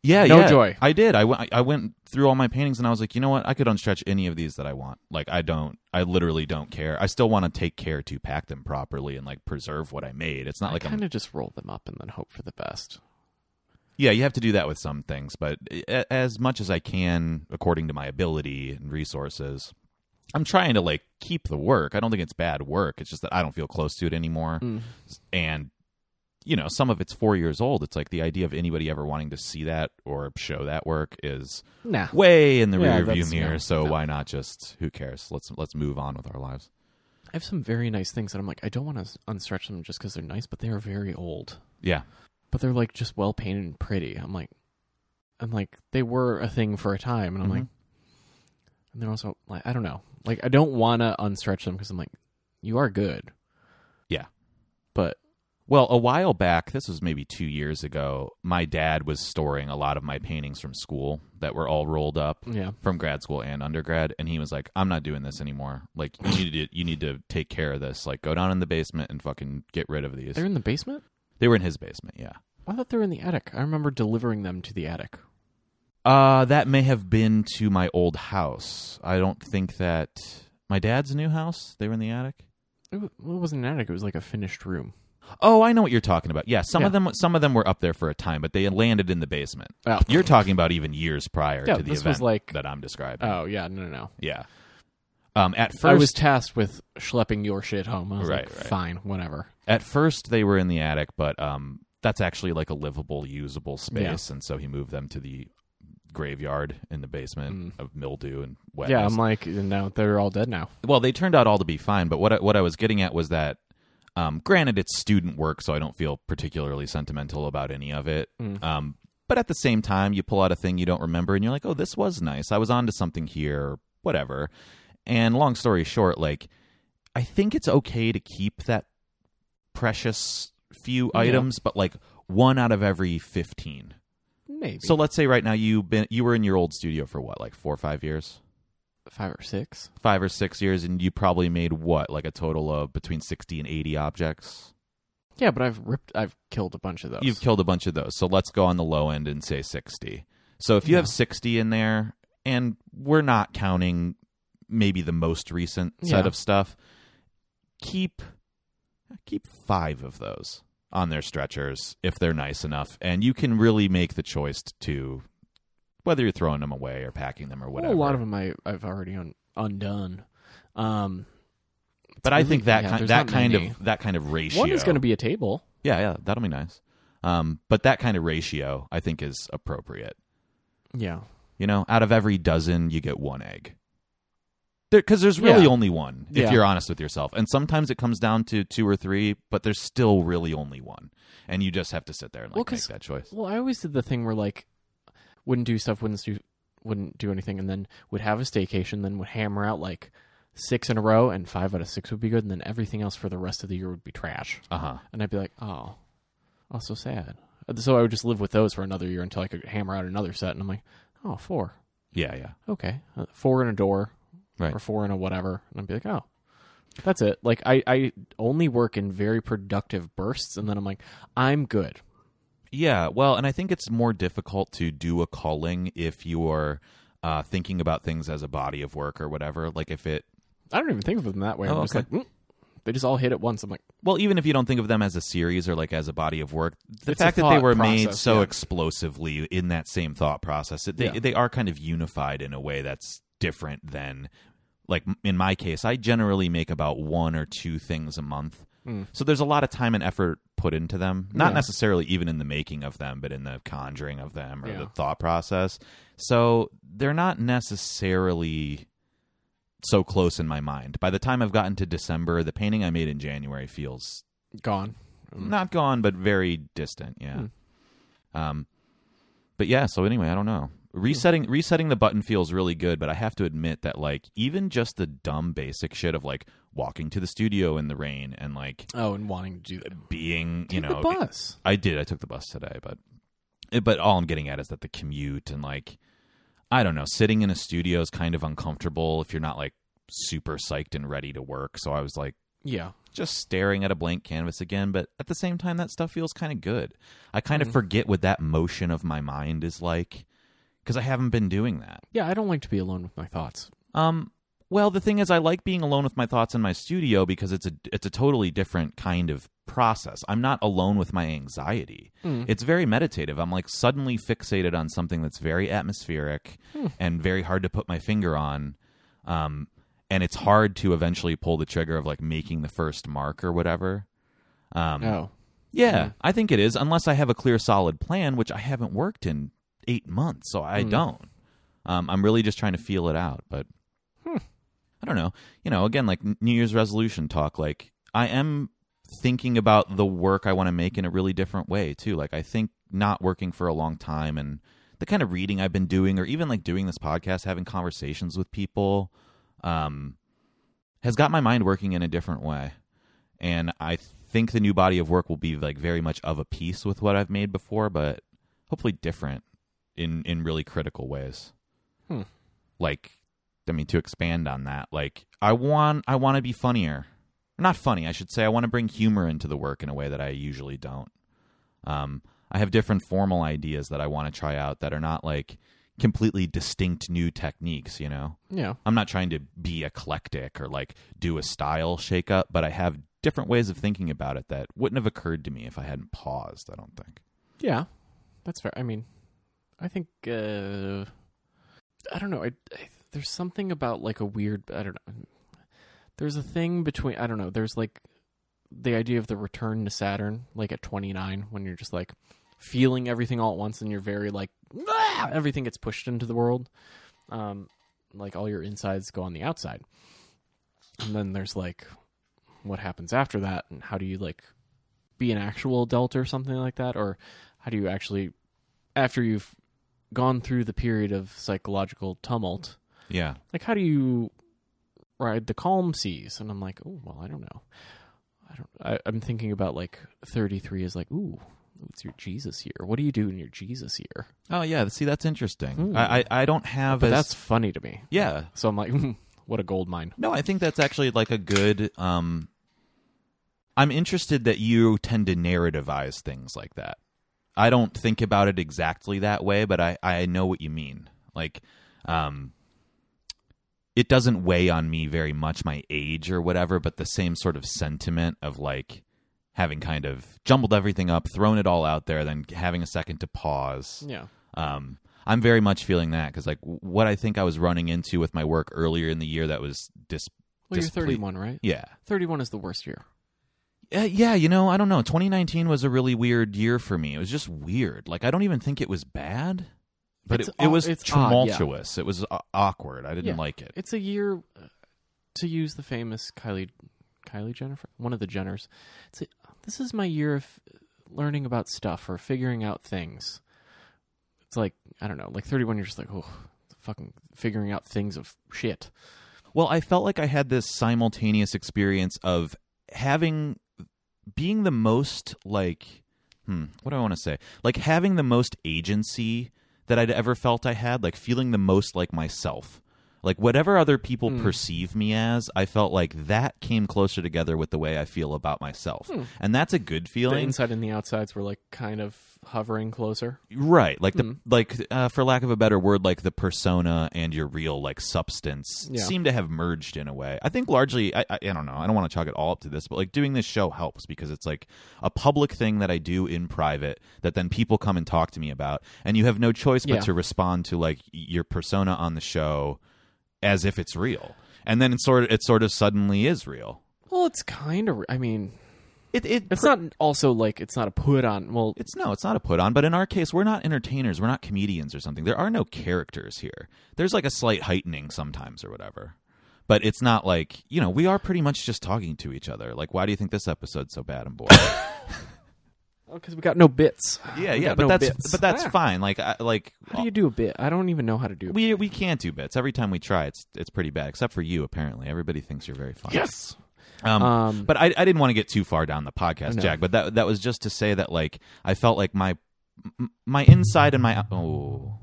[SPEAKER 1] yeah,
[SPEAKER 2] No
[SPEAKER 1] yeah,
[SPEAKER 2] joy.
[SPEAKER 1] I did. I went. I went through all my paintings, and I was like, you know what? I could unstretch any of these that I want. Like, I don't. I literally don't care. I still want to take care to pack them properly and like preserve what I made. It's not like
[SPEAKER 2] I
[SPEAKER 1] I'm
[SPEAKER 2] kind of just roll them up and then hope for the best.
[SPEAKER 1] Yeah, you have to do that with some things, but a- as much as I can, according to my ability and resources, I'm trying to like keep the work. I don't think it's bad work. It's just that I don't feel close to it anymore,
[SPEAKER 2] Mm.
[SPEAKER 1] and you know, some of it's four years old. It's like the idea of anybody ever wanting to see that or show that work is
[SPEAKER 2] Nah.
[SPEAKER 1] way in the
[SPEAKER 2] Yeah,
[SPEAKER 1] rear view
[SPEAKER 2] that's-
[SPEAKER 1] mirror.
[SPEAKER 2] no,
[SPEAKER 1] so
[SPEAKER 2] no.
[SPEAKER 1] why not just who cares? Let's let's move on with our lives.
[SPEAKER 2] I have some very nice things that I'm like, I don't want to unstretch them just because they're nice, but they are very old.
[SPEAKER 1] Yeah,
[SPEAKER 2] But they're like just well painted and pretty. I'm like, I'm like, they were a thing for a
[SPEAKER 1] Mm-hmm.
[SPEAKER 2] time, and I'm like, and they're also like, I don't know, like I don't want to unstretch them because I'm like, you are good,
[SPEAKER 1] yeah.
[SPEAKER 2] but
[SPEAKER 1] Well, a while back, this was maybe two years ago, my dad was storing a lot of my paintings from school that were all rolled up
[SPEAKER 2] yeah,
[SPEAKER 1] from grad school and undergrad, and he was like, "I'm not doing this anymore. Like, you need to you need to take care of this. Like, go down in the basement and fucking get rid of these."
[SPEAKER 2] they're in the basement.
[SPEAKER 1] they were in his basement, yeah.
[SPEAKER 2] I thought they were in the attic. I remember delivering them to the attic.
[SPEAKER 1] Uh, that may have been to my old house. I don't think that my dad's new house. They were in the attic.
[SPEAKER 2] It, w- well, it wasn't an attic. It was like a finished room.
[SPEAKER 1] Oh, I know what you're talking about. Yeah, some
[SPEAKER 2] Yeah.
[SPEAKER 1] of them some of them were up there for a time, but they landed in the basement.
[SPEAKER 2] Oh,
[SPEAKER 1] You're talking about even years prior
[SPEAKER 2] Yeah,
[SPEAKER 1] to the
[SPEAKER 2] this
[SPEAKER 1] event
[SPEAKER 2] was like-
[SPEAKER 1] that I'm describing.
[SPEAKER 2] oh yeah, no, no, no.
[SPEAKER 1] yeah. Um, at first,
[SPEAKER 2] I was tasked with schlepping your shit home. I was
[SPEAKER 1] Right,
[SPEAKER 2] like,
[SPEAKER 1] right.
[SPEAKER 2] fine, whatever.
[SPEAKER 1] at first they were in the attic, but um, that's actually like a livable, usable space, and so he moved them to the graveyard in the basement of mildew and wetness.
[SPEAKER 2] Yeah, I'm like, no, they're all dead now.
[SPEAKER 1] well, they turned out all to be fine, but what I, what I was getting at was that. Um, granted, it's student work, so I don't feel particularly sentimental about any of it. Um, but at the same time, you pull out a thing you don't remember, and you're like, "Oh, this was nice. I was onto something here, whatever." And long story short, like, I think it's okay to keep that precious few
[SPEAKER 2] Yeah.
[SPEAKER 1] items, but like one out of every fifteen.
[SPEAKER 2] Maybe
[SPEAKER 1] So let's say right now you been you were in your old studio for what, like four or five years?
[SPEAKER 2] five or six.
[SPEAKER 1] five or six years and you probably made what like a total of between 60 and 80 objects
[SPEAKER 2] Yeah, but I've ripped, I've killed a bunch of those.
[SPEAKER 1] you've killed a bunch of those so let's go on the low end and say 60 so if you have
[SPEAKER 2] Yeah.
[SPEAKER 1] 60 in there and we're not counting maybe the most recent set
[SPEAKER 2] Yeah.
[SPEAKER 1] of stuff keep keep five of those on their stretchers if they're nice enough and you can really make the choice to whether you're throwing them away or packing them or
[SPEAKER 2] Well,
[SPEAKER 1] whatever
[SPEAKER 2] a lot of them I, I've already un, undone. Um,
[SPEAKER 1] but i
[SPEAKER 2] really-
[SPEAKER 1] think that
[SPEAKER 2] yeah,
[SPEAKER 1] kind,
[SPEAKER 2] there's
[SPEAKER 1] that
[SPEAKER 2] not
[SPEAKER 1] kind
[SPEAKER 2] many.
[SPEAKER 1] of that kind of ratio
[SPEAKER 2] one is going to be a table.
[SPEAKER 1] Yeah, yeah, that'll be nice. Um, but that kind of ratio, I think, is appropriate.
[SPEAKER 2] Yeah,
[SPEAKER 1] You know, out of every dozen, you get one egg. Because there's really
[SPEAKER 2] Yeah.
[SPEAKER 1] only one, if
[SPEAKER 2] Yeah.
[SPEAKER 1] you're honest with yourself. And sometimes it comes down to two or three, but there's still really only one, and you just have to sit there and like
[SPEAKER 2] Well,
[SPEAKER 1] make
[SPEAKER 2] 'cause-
[SPEAKER 1] that choice.
[SPEAKER 2] Well, I always did the thing where like wouldn't do stuff, wouldn't do wouldn't do anything, and then would have a staycation, then would hammer out like six in a row, and five out of six would be good, and then everything else for the rest of the year would be trash.
[SPEAKER 1] Uh huh.
[SPEAKER 2] And I'd be like, oh, oh, so sad. So I would just live with those for another year until I could hammer out another set, and I'm like, oh, four,
[SPEAKER 1] Yeah, yeah.
[SPEAKER 2] okay, Uh, four in a door,
[SPEAKER 1] Right.
[SPEAKER 2] or four in a whatever, and I'd be like, oh. That's it. Like I, I only work in very productive bursts, and then I'm like, I'm good.
[SPEAKER 1] Yeah, well, and I think it's more difficult to do a culling if you're uh, thinking about things as a body of work or whatever. Like if it
[SPEAKER 2] I don't even think of them that way.
[SPEAKER 1] Oh,
[SPEAKER 2] I'm just
[SPEAKER 1] okay.
[SPEAKER 2] like, mm. they just all hit at once. I'm like,
[SPEAKER 1] well, even if you don't think of them as a series or like as a body of work, the
[SPEAKER 2] It's a
[SPEAKER 1] fact that they
[SPEAKER 2] thought
[SPEAKER 1] were made
[SPEAKER 2] process,
[SPEAKER 1] so
[SPEAKER 2] yeah.
[SPEAKER 1] explosively in that same thought process, it- they
[SPEAKER 2] Yeah.
[SPEAKER 1] they are kind of unified in a way that's different than like m- in my case, I generally make about one or two things a month. So there's a lot of time and effort put into them. Not
[SPEAKER 2] Hmm. Yeah.
[SPEAKER 1] necessarily even in the making of them, but in the conjuring of them or
[SPEAKER 2] Yeah.
[SPEAKER 1] the thought process. So they're not necessarily so close in my mind. By the time I've gotten to December, the painting I made in January feels
[SPEAKER 2] Gone.
[SPEAKER 1] not gone, but very distant. Yeah.
[SPEAKER 2] Hmm.
[SPEAKER 1] Um, but yeah. So anyway, I don't know. Resetting resetting the button feels really good, but I have to admit that like even just the dumb basic shit of like walking to the studio in the rain and like
[SPEAKER 2] Oh, and wanting to do that.
[SPEAKER 1] being you
[SPEAKER 2] Take
[SPEAKER 1] know
[SPEAKER 2] the bus.
[SPEAKER 1] I did. I took the bus today, but but all I'm getting at is that the commute and like I don't know, sitting in a studio is kind of uncomfortable if you're not like super psyched and ready to work. So I was like
[SPEAKER 2] Yeah.
[SPEAKER 1] just staring at a blank canvas again, but at the same time that stuff feels kind of good. I kind of forget what that motion of my mind is like cuz I haven't been doing that.
[SPEAKER 2] Yeah, I don't like to be alone with my thoughts.
[SPEAKER 1] Um, well, the thing is, I like being alone with my thoughts in my studio because it's a it's a totally different kind of process. I'm not alone with my anxiety. It's very meditative. I'm like suddenly fixated on something that's very atmospheric and very hard to put my finger on. Um, and it's hard to eventually pull the trigger of like making the first mark or whatever. Um,
[SPEAKER 2] Oh.
[SPEAKER 1] yeah, I think it is, unless I have a clear, solid plan, which I haven't worked in eight months, so I don't. Um, I'm really just trying to feel it out, but I don't know. You know, again, like New Year's resolution talk, like I am thinking about the work I want to make in a really different way, too. Like, I think not working for a long time and the kind of reading I've been doing, or even like doing this podcast, having conversations with people, um, has got my mind working in a different way and I think the new body of work will be like very much of a piece with what I've made before, but hopefully different in in really critical ways.
[SPEAKER 2] Hmm.
[SPEAKER 1] Like, I mean, to expand on that, like I want I want to be funnier, not funny, I should say. I want to bring humor into the work in a way that I usually don't. Um, I have different formal ideas that I want to try out that are not like completely distinct new techniques, you know.
[SPEAKER 2] Yeah.
[SPEAKER 1] I'm not trying to be eclectic or like do a style shakeup, but I have different ways of thinking about it that wouldn't have occurred to me if I hadn't paused, I don't think.
[SPEAKER 2] Yeah. That's fair. I mean, I think uh I don't know. I, I there's something about like a weird I don't know. There's a thing between I don't know. There's like the idea of the return to Saturn like at 29 when you're just like feeling everything all at once and you're very like "Ah!" everything gets pushed into the world. Um like all your insides go on the outside. And then there's like what happens after that and how do you like be an actual adult or something like that or how do you actually after you've gone through the period of psychological tumult
[SPEAKER 1] Yeah.
[SPEAKER 2] like how do you ride the calm seas and i'm like oh well i don't know i don't I, i'm thinking about like 33 is like ooh it's your jesus year what do you do in your jesus year
[SPEAKER 1] Oh yeah, see that's interesting.
[SPEAKER 2] Hmm.
[SPEAKER 1] I, I I don't have
[SPEAKER 2] but
[SPEAKER 1] as
[SPEAKER 2] that's funny to me
[SPEAKER 1] yeah.
[SPEAKER 2] so i'm like "Hmm, what a gold mine
[SPEAKER 1] No, I think that's actually like a good um I'm interested that you tend to narrativize things like that. I don't think about it exactly that way, but I I know what you mean. Like um it doesn't weigh on me very much my age or whatever, but the same sort of sentiment of like having kind of jumbled everything up, thrown it all out there, then having a second to pause
[SPEAKER 2] yeah
[SPEAKER 1] um, I'm very much feeling that because like w- what I think I was running into with my work earlier in the year that was dis.
[SPEAKER 2] well you're
[SPEAKER 1] disple-
[SPEAKER 2] 31 right
[SPEAKER 1] Yeah.
[SPEAKER 2] 31 is the worst year
[SPEAKER 1] Uh, yeah, you know, I don't know. 2019 was a really weird year for me. It was just weird. Like I don't even think it was bad, but
[SPEAKER 2] It's
[SPEAKER 1] it, it
[SPEAKER 2] aw-
[SPEAKER 1] was
[SPEAKER 2] it's odd, yeah.
[SPEAKER 1] tumultuous. It was uh, awkward. I didn't
[SPEAKER 2] Yeah.
[SPEAKER 1] like it.
[SPEAKER 2] it's a year uh, to use the famous Kylie Kylie Jennifer, one of the Jenners. It's a, this is my year of learning about stuff or figuring out things. It's like I don't know, like 31 you're just like, "Oh, fucking figuring out things of shit."
[SPEAKER 1] Well, I felt like I had this simultaneous experience of having being the most like hmm, what do I want to say? Like having the most agency that I'd ever felt I had, like feeling the most like myself. Like whatever other people perceive me as, I felt like that came closer together with the way I feel about myself. And that's a good
[SPEAKER 2] The
[SPEAKER 1] feeling.
[SPEAKER 2] inside and the outsides were like kind of hovering closer.
[SPEAKER 1] Right. Like
[SPEAKER 2] Hmm.
[SPEAKER 1] the like uh, for lack of a better word, like the persona and your real like substance
[SPEAKER 2] Yeah.
[SPEAKER 1] seem to have merged in a way. I think largely I, I I don't know, I don't want to chalk it all up to this, but like doing this show helps because it's like a public thing that I do in private that then people come and talk to me about and you have no choice but
[SPEAKER 2] Yeah.
[SPEAKER 1] to respond to like your persona on the show as if it's real. And then it sort of it sort of suddenly is real.
[SPEAKER 2] Well, it's kind of I mean,
[SPEAKER 1] It it
[SPEAKER 2] it's not also like it's not a put on. Well,
[SPEAKER 1] It's no, it's not a put on, but in our case, we're not entertainers, we're not comedians or something. There are no characters here. There's like a slight heightening sometimes or whatever. But it's not like you know we are pretty much just talking to each other. Like, why do you think this episode's so bad and boring?
[SPEAKER 2] because oh, we got no bits.
[SPEAKER 1] yeah,
[SPEAKER 2] We
[SPEAKER 1] yeah,
[SPEAKER 2] got
[SPEAKER 1] but
[SPEAKER 2] no
[SPEAKER 1] that's
[SPEAKER 2] bits.
[SPEAKER 1] but that's
[SPEAKER 2] Ah.
[SPEAKER 1] fine. Like, I, like uh,
[SPEAKER 2] How do you do a bit? I don't even know how to do. a
[SPEAKER 1] we we can't do bits every time we try. It's it's pretty bad, except for you. Apparently, everybody thinks you're very funny.
[SPEAKER 2] bit. yes.
[SPEAKER 1] Um,
[SPEAKER 2] Um,
[SPEAKER 1] but I, I didn't want to get too far down the podcast,
[SPEAKER 2] No.
[SPEAKER 1] Jack. But that that was just to say that like I felt like my m- my inside and my oh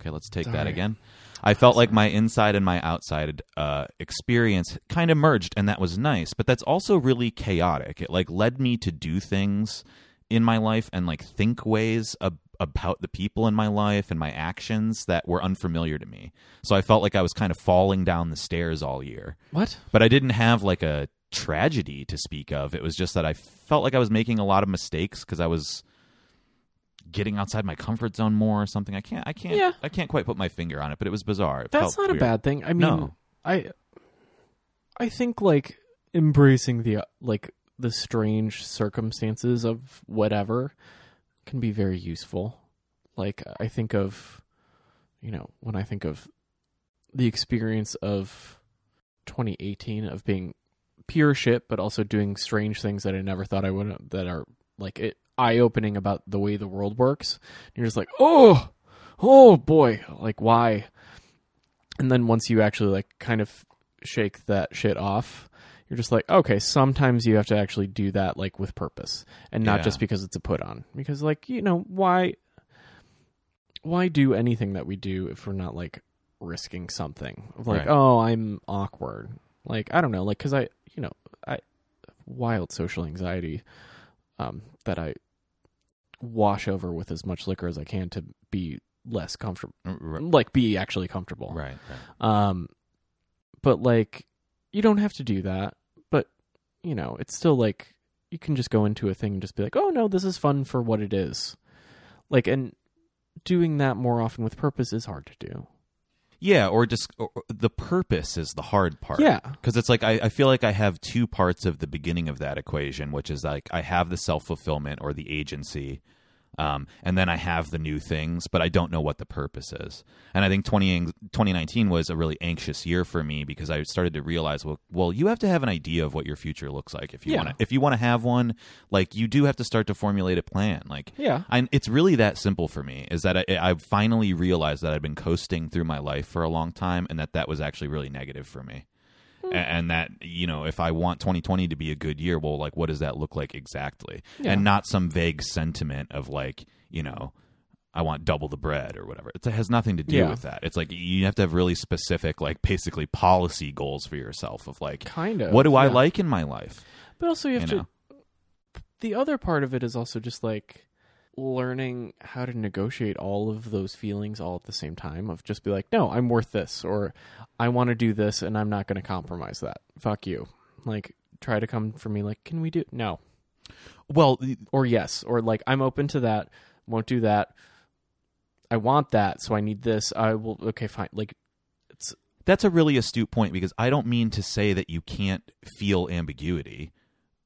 [SPEAKER 1] okay, let's take that
[SPEAKER 2] Sorry.
[SPEAKER 1] again. I felt like my inside and my outside uh, experience kind of merged, and that was nice. But that's also really chaotic. It like led me to do things in my life and like think ways ab- about the people in my life and my actions that were unfamiliar to me. So I felt like I was kind of falling down the stairs all year
[SPEAKER 2] what?
[SPEAKER 1] but I didn't have like a tragedy to speak of. It was just that I felt like I was making a lot of mistakes because I was getting outside my comfort zone more or something. I can't, I can't,
[SPEAKER 2] Yeah.
[SPEAKER 1] I can't quite put my finger on it, but it was bizarre. It
[SPEAKER 2] That's
[SPEAKER 1] felt
[SPEAKER 2] not
[SPEAKER 1] weird.
[SPEAKER 2] a bad thing. I mean,
[SPEAKER 1] No.
[SPEAKER 2] I I think like embracing the uh, like the strange circumstances of whatever can be very useful. Like I think of you know, when I think of the experience of 2018 of being pure shit but also doing strange things that I never thought I would that are like it eye opening about the way the world works. You're just like, "Oh, oh boy, like why?" and then once you actually like kind of shake that shit off you're just like okay sometimes you have to actually do that like with purpose and not
[SPEAKER 1] Yeah.
[SPEAKER 2] just because it's a put on because like you know why why do anything that we do if we're not like risking something like
[SPEAKER 1] Right.
[SPEAKER 2] oh i'm awkward like i don't know like because i you know i wild social anxiety um that i wash over with as much liquor as i can to be less comfortable
[SPEAKER 1] R-
[SPEAKER 2] like be actually comfortable
[SPEAKER 1] Right, right.
[SPEAKER 2] um, but like, you don't have to do that. But you know, it's still like you can just go into a thing and just be like, "Oh no, this is fun for what it is." Like, and doing that more often with purpose is hard to do.
[SPEAKER 1] Yeah, or just or, or the purpose is the hard part.
[SPEAKER 2] Yeah.
[SPEAKER 1] Because it's like, I, I feel like I have two parts of the beginning of that equation, which is like I have the self fulfillment or the agency, um, and then I have the new things, but I don't know what the purpose is. And I think 20, ang- 2019 was a really anxious year for me because I started to realize, well, well, you have to have an idea of what your future looks like if you
[SPEAKER 2] Yeah.
[SPEAKER 1] want to. If you want to have one, like you do have to start to formulate a plan. Like,
[SPEAKER 2] Yeah.
[SPEAKER 1] and it's really that simple for me is that I, I finally realized that I've been coasting through my life for a long time and that that was actually really negative for me.
[SPEAKER 2] Hmm.
[SPEAKER 1] A- And that, you know, if I want 2020 to be a good year, well, like, what does that look like exactly?
[SPEAKER 2] Yeah.
[SPEAKER 1] And not some vague sentiment of, like, you know, I want double the bread or whatever. It has nothing to do
[SPEAKER 2] Yeah.
[SPEAKER 1] with that. It's like you have to have really specific, like, basically policy goals for yourself of, like,
[SPEAKER 2] Kind of.
[SPEAKER 1] what do I
[SPEAKER 2] yeah.
[SPEAKER 1] like in my life?
[SPEAKER 2] But also, you have
[SPEAKER 1] You
[SPEAKER 2] to. The other part of it is also just like learning how to negotiate all of those feelings all at the same time of just be like no i'm worth this or i want to do this and i'm not going to compromise that fuck you like try to come for me like can we do no
[SPEAKER 1] Well,
[SPEAKER 2] or yes or like i'm open to that won't do that i want that so i need this i will okay fine like it's
[SPEAKER 1] that's a really astute point because I don't mean to say that you can't feel ambiguity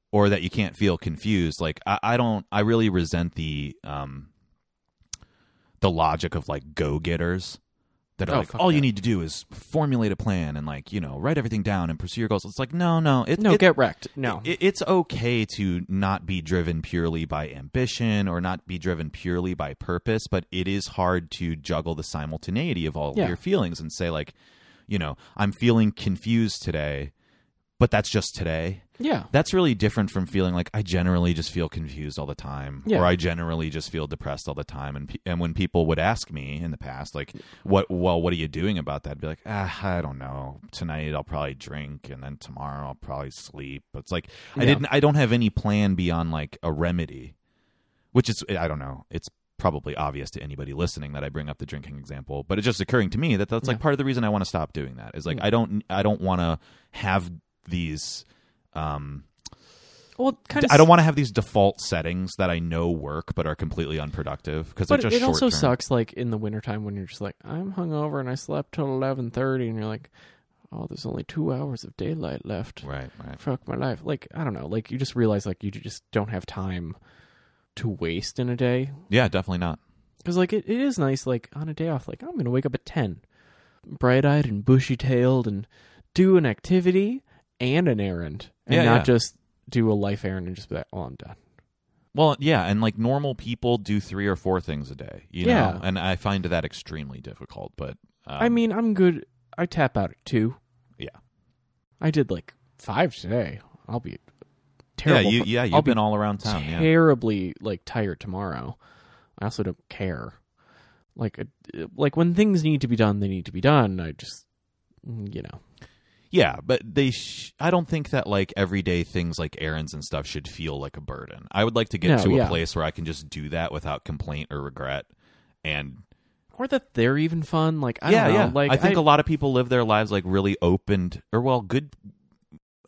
[SPEAKER 1] or that you can't feel confused. Like I, I don't, I really resent the um, the logic of like go getters that are
[SPEAKER 2] Oh,
[SPEAKER 1] like
[SPEAKER 2] fuck
[SPEAKER 1] all you
[SPEAKER 2] that.
[SPEAKER 1] need to do is formulate a plan and like you know write everything down and pursue your goals. It's like no, no, it,
[SPEAKER 2] no
[SPEAKER 1] it-
[SPEAKER 2] get wrecked no
[SPEAKER 1] it, it's okay to not be driven purely by ambition or not be driven purely by purpose, but it is hard to juggle the simultaneity of all
[SPEAKER 2] Yeah.
[SPEAKER 1] your feelings and say, like, you know, I'm feeling confused today, but that's just today.
[SPEAKER 2] yeah
[SPEAKER 1] That's really different from feeling like I generally just feel confused all the time,
[SPEAKER 2] Yeah.
[SPEAKER 1] or I generally just feel depressed all the time. And pe- and when people would ask me in the past, like, what, well, what are you doing about that? I'd be like, ah, I don't know. Tonight I'll probably drink, and then tomorrow I'll probably sleep. But it's like I
[SPEAKER 2] Yeah.
[SPEAKER 1] didn't, I don't have any plan beyond like a remedy, which is I don't know. It's probably obvious to anybody listening that I bring up the drinking example, but it's just occurring to me that that's like
[SPEAKER 2] Yeah. Hmm.
[SPEAKER 1] part of the reason I want to stop doing that is like
[SPEAKER 2] Yeah.
[SPEAKER 1] I don't, I don't want to have these. Um,
[SPEAKER 2] well kind of
[SPEAKER 1] I don't want to have these default settings that I know work but are completely unproductive because they're
[SPEAKER 2] But
[SPEAKER 1] just
[SPEAKER 2] it also
[SPEAKER 1] short-term.
[SPEAKER 2] sucks, like in the wintertime when you're just like, I'm hungover and I slept till eleven thirty, and you're like, oh, there's only two hours of daylight left.
[SPEAKER 1] Right, right.
[SPEAKER 2] Fuck my life. Like I don't know. Like you just realize like you just don't have time to waste in a day
[SPEAKER 1] Yeah, definitely not.
[SPEAKER 2] because like it, it is nice like on a day off like I'm gonna wake up at ten. bright eyed and bushy tailed and do an activity and an errand and
[SPEAKER 1] Yeah,
[SPEAKER 2] not
[SPEAKER 1] yeah.
[SPEAKER 2] just do a life errand and just be like, oh, I'm done.
[SPEAKER 1] Well, yeah, and like normal people do three or four things a day, you know,
[SPEAKER 2] Yeah.
[SPEAKER 1] and I find that extremely difficult. But um,
[SPEAKER 2] I mean, I'm good. I tap out at two.
[SPEAKER 1] Yeah.
[SPEAKER 2] I did like five today. I'll be
[SPEAKER 1] yeah,
[SPEAKER 2] terrible.
[SPEAKER 1] you, yeah,
[SPEAKER 2] I'll
[SPEAKER 1] you've
[SPEAKER 2] be
[SPEAKER 1] been all around town. yeah,
[SPEAKER 2] terribly like tired tomorrow. I also don't care. Like, uh, like when things need to be done, they need to be done. I just, you know,
[SPEAKER 1] yeah, but they. Sh- I don't think that like everyday things like errands and stuff should feel like a burden. I would like to get
[SPEAKER 2] No,
[SPEAKER 1] to
[SPEAKER 2] yeah.
[SPEAKER 1] a place where I can just do that without complaint or regret. And
[SPEAKER 2] or that they're even fun. Like, I
[SPEAKER 1] yeah,
[SPEAKER 2] don't know.
[SPEAKER 1] yeah,
[SPEAKER 2] Like,
[SPEAKER 1] I think a lot of people live their lives like really opened or well, good.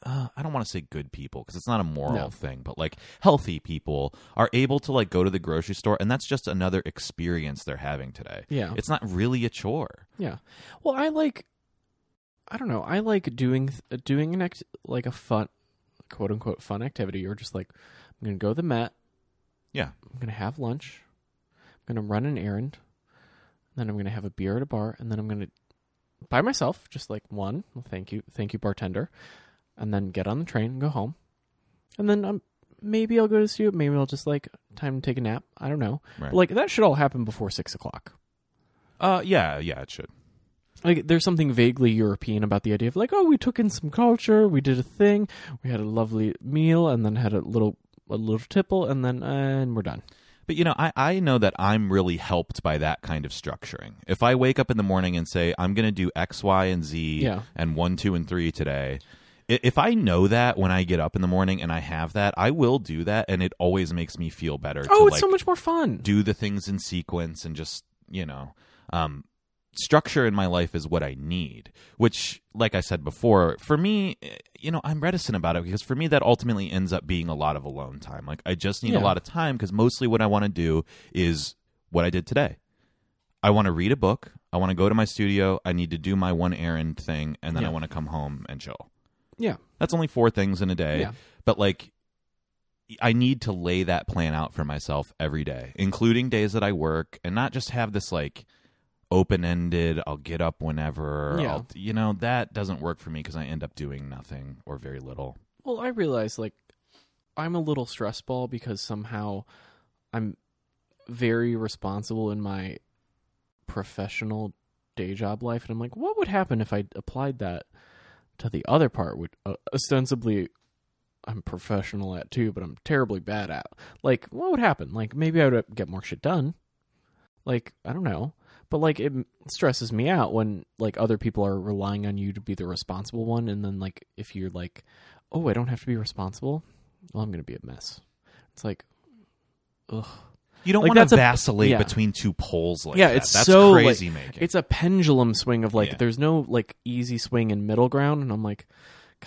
[SPEAKER 1] Uh, I don't want to say good people because it's not a moral
[SPEAKER 2] No.
[SPEAKER 1] thing, but like healthy people are able to like go to the grocery store, and that's just another experience they're having today.
[SPEAKER 2] yeah,
[SPEAKER 1] It's not really a chore.
[SPEAKER 2] Yeah. Well, I like I don't know. I like doing th- doing an act like a fun quote unquote fun activity or just like I'm going to go to the Met.
[SPEAKER 1] Yeah.
[SPEAKER 2] I'm going to have lunch. I'm going to run an errand. Then I'm going to have a beer at a bar and then I'm going to by myself just like one, well, thank you. Thank you bartender. And then get on the train and go home. And then um, maybe I'll go to sleep. Maybe I'll just like time to take a nap. I don't know.
[SPEAKER 1] Right.
[SPEAKER 2] But, like that should all happen before six o'clock.
[SPEAKER 1] Uh, yeah, yeah, it should.
[SPEAKER 2] like there's something vaguely European about the idea of like, oh, we took in some culture, we did a thing, we had a lovely meal, and then had a little a little tipple, and then uh, and we're done.
[SPEAKER 1] But you know, I, I know that I'm really helped by that kind of structuring. If I wake up in the morning and say I'm going to do X, Y, and Z,
[SPEAKER 2] Yeah.
[SPEAKER 1] and one, two, and three today, i- if I know that when I get up in the morning and I have that, I will do that, and it always makes me feel better. to,
[SPEAKER 2] Oh, it's
[SPEAKER 1] like,
[SPEAKER 2] so much more fun.
[SPEAKER 1] do the things in sequence and just you know um structure in my life is what i need which like i said before for me eh, you know i'm reticent about it because for me that ultimately ends up being a lot of alone time like i just need
[SPEAKER 2] Yeah.
[SPEAKER 1] a lot of time because mostly what i want to do is what i did today i want to read a book i want to go to my studio i need to do my one errand thing and then
[SPEAKER 2] Yeah.
[SPEAKER 1] i want to come home and chill
[SPEAKER 2] Yeah,
[SPEAKER 1] that's only four things in a day
[SPEAKER 2] Yeah.
[SPEAKER 1] but like i need to lay that plan out for myself every day including days that i work and not just have this like open-ended i'll get up whenever
[SPEAKER 2] Yeah.
[SPEAKER 1] I'll, you know that doesn't work for me because i end up doing nothing or very little
[SPEAKER 2] Well, I realize like I'm a little stress ball because somehow I'm very responsible in my professional day job life, and I'm like, what would happen if I applied that to the other part, which uh, ostensibly I'm professional at too, but I'm terribly bad at. Like, what would happen? Like, maybe I would uh, get more shit done. Like, I don't know. But like it stresses me out when like other people are relying on you to be the responsible one and then like if you're like oh, I don't have to be responsible. Well, I'm going to be a mess. It's like, ugh.
[SPEAKER 1] you don't
[SPEAKER 2] Like,
[SPEAKER 1] want
[SPEAKER 2] that's a-
[SPEAKER 1] to vacillate
[SPEAKER 2] yeah.
[SPEAKER 1] between two poles like
[SPEAKER 2] Yeah,
[SPEAKER 1] that.
[SPEAKER 2] it's
[SPEAKER 1] that's
[SPEAKER 2] so, like,
[SPEAKER 1] crazy making
[SPEAKER 2] It's a pendulum swing of like,
[SPEAKER 1] Yeah.
[SPEAKER 2] there's no like easy swing and middle ground. And I'm like,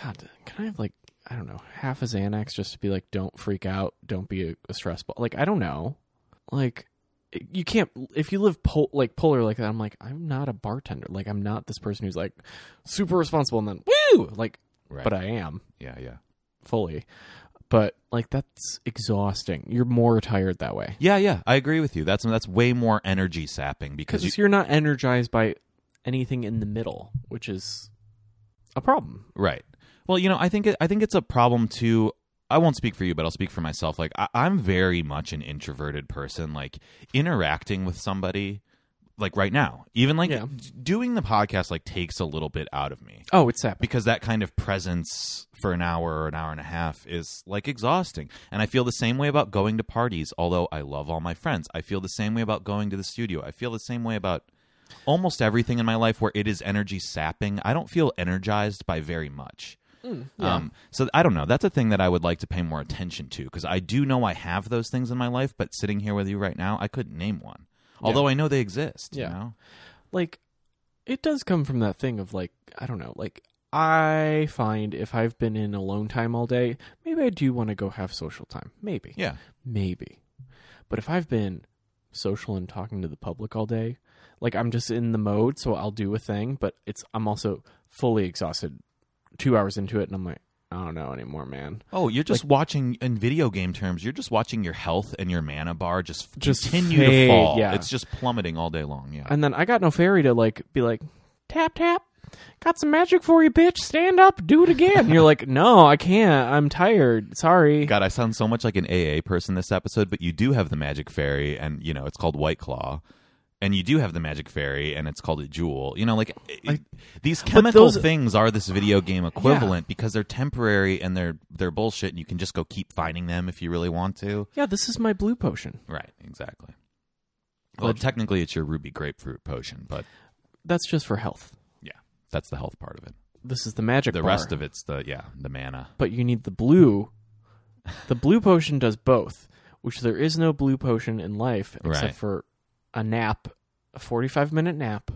[SPEAKER 2] God, can I have like, I don't know, half a Xanax just to be like, don't freak out. Don't be a, a stress ball. Like, I don't know. Like, you can't, if you live pol- like polar like that, I'm like, I'm not a bartender. Like, I'm not this person who's like super responsible and then woo! Like,
[SPEAKER 1] right
[SPEAKER 2] but I am.
[SPEAKER 1] yeah yeah
[SPEAKER 2] fully. But like that's exhausting. You're more tired that way
[SPEAKER 1] yeah yeah i agree with you that's that's way more energy sapping because
[SPEAKER 2] because
[SPEAKER 1] you,
[SPEAKER 2] you... are not energized by anything in the middle, which is a problem.
[SPEAKER 1] Right. Well, you know, I think it, I think it's a problem too. I won't speak for you, but I'll speak for myself. Like I, I'm very much an introverted person. Like interacting with somebody, like right now, even like
[SPEAKER 2] Yeah.
[SPEAKER 1] d- doing the podcast, like takes a little bit out of me
[SPEAKER 2] Oh, it's happening.
[SPEAKER 1] because that kind of presence for an hour or an hour and a half is like exhausting. And I feel the same way about going to parties, although I love all my friends. I feel the same way about going to the studio. I feel the same way about almost everything in my life where it is energy sapping. I don't feel energized by very much. Um, so I don't know. That's a thing that I would like to pay more attention to because I do know I have those things in my life, but sitting here with you right now, I couldn't name one. Although I know they exist.
[SPEAKER 2] Yeah.
[SPEAKER 1] You know?
[SPEAKER 2] Like it does come from that thing of like I don't know, like I find if I've been in alone time all day, maybe I do want to go have social time. Maybe.
[SPEAKER 1] Yeah.
[SPEAKER 2] Maybe. But if I've been social and talking to the public all day, like I'm just in the mode, so I'll do a thing, but it's I'm also fully exhausted two hours into it and I'm like, I don't know anymore, man.
[SPEAKER 1] Oh, you're just watching in video game terms. You're just watching your health and your mana bar just,
[SPEAKER 2] Just
[SPEAKER 1] continue to
[SPEAKER 2] fade,
[SPEAKER 1] fall.
[SPEAKER 2] yeah.
[SPEAKER 1] It's just plummeting all day long. Yeah,
[SPEAKER 2] And then I got no fairy to like be like, tap tap. Got some magic for you, bitch. Stand up, do it again. And you're like, no, I can't. I'm tired. Sorry.
[SPEAKER 1] God, I sound so much like an AA person this episode, but you do have the magic fairy, and you know it's called White Claw, and you do have the magic fairy, and it's called a jewel. You know, like it- these chemical
[SPEAKER 2] those-
[SPEAKER 1] things are this video game equivalent because they're temporary and they're they're bullshit, and you can just go keep finding them if you really want to.
[SPEAKER 2] Yeah, this is my blue potion.
[SPEAKER 1] Right, exactly. Well, technically, it's your ruby grapefruit potion, but
[SPEAKER 2] That's just for health.
[SPEAKER 1] yeah, that's the health part of it.
[SPEAKER 2] This is the magic.
[SPEAKER 1] The
[SPEAKER 2] bar.
[SPEAKER 1] rest of it's the yeah the mana.
[SPEAKER 2] but you need the blue. The blue potion does both, which there is no blue potion in life except
[SPEAKER 1] Right.
[SPEAKER 2] for a nap, a 45 minute nap,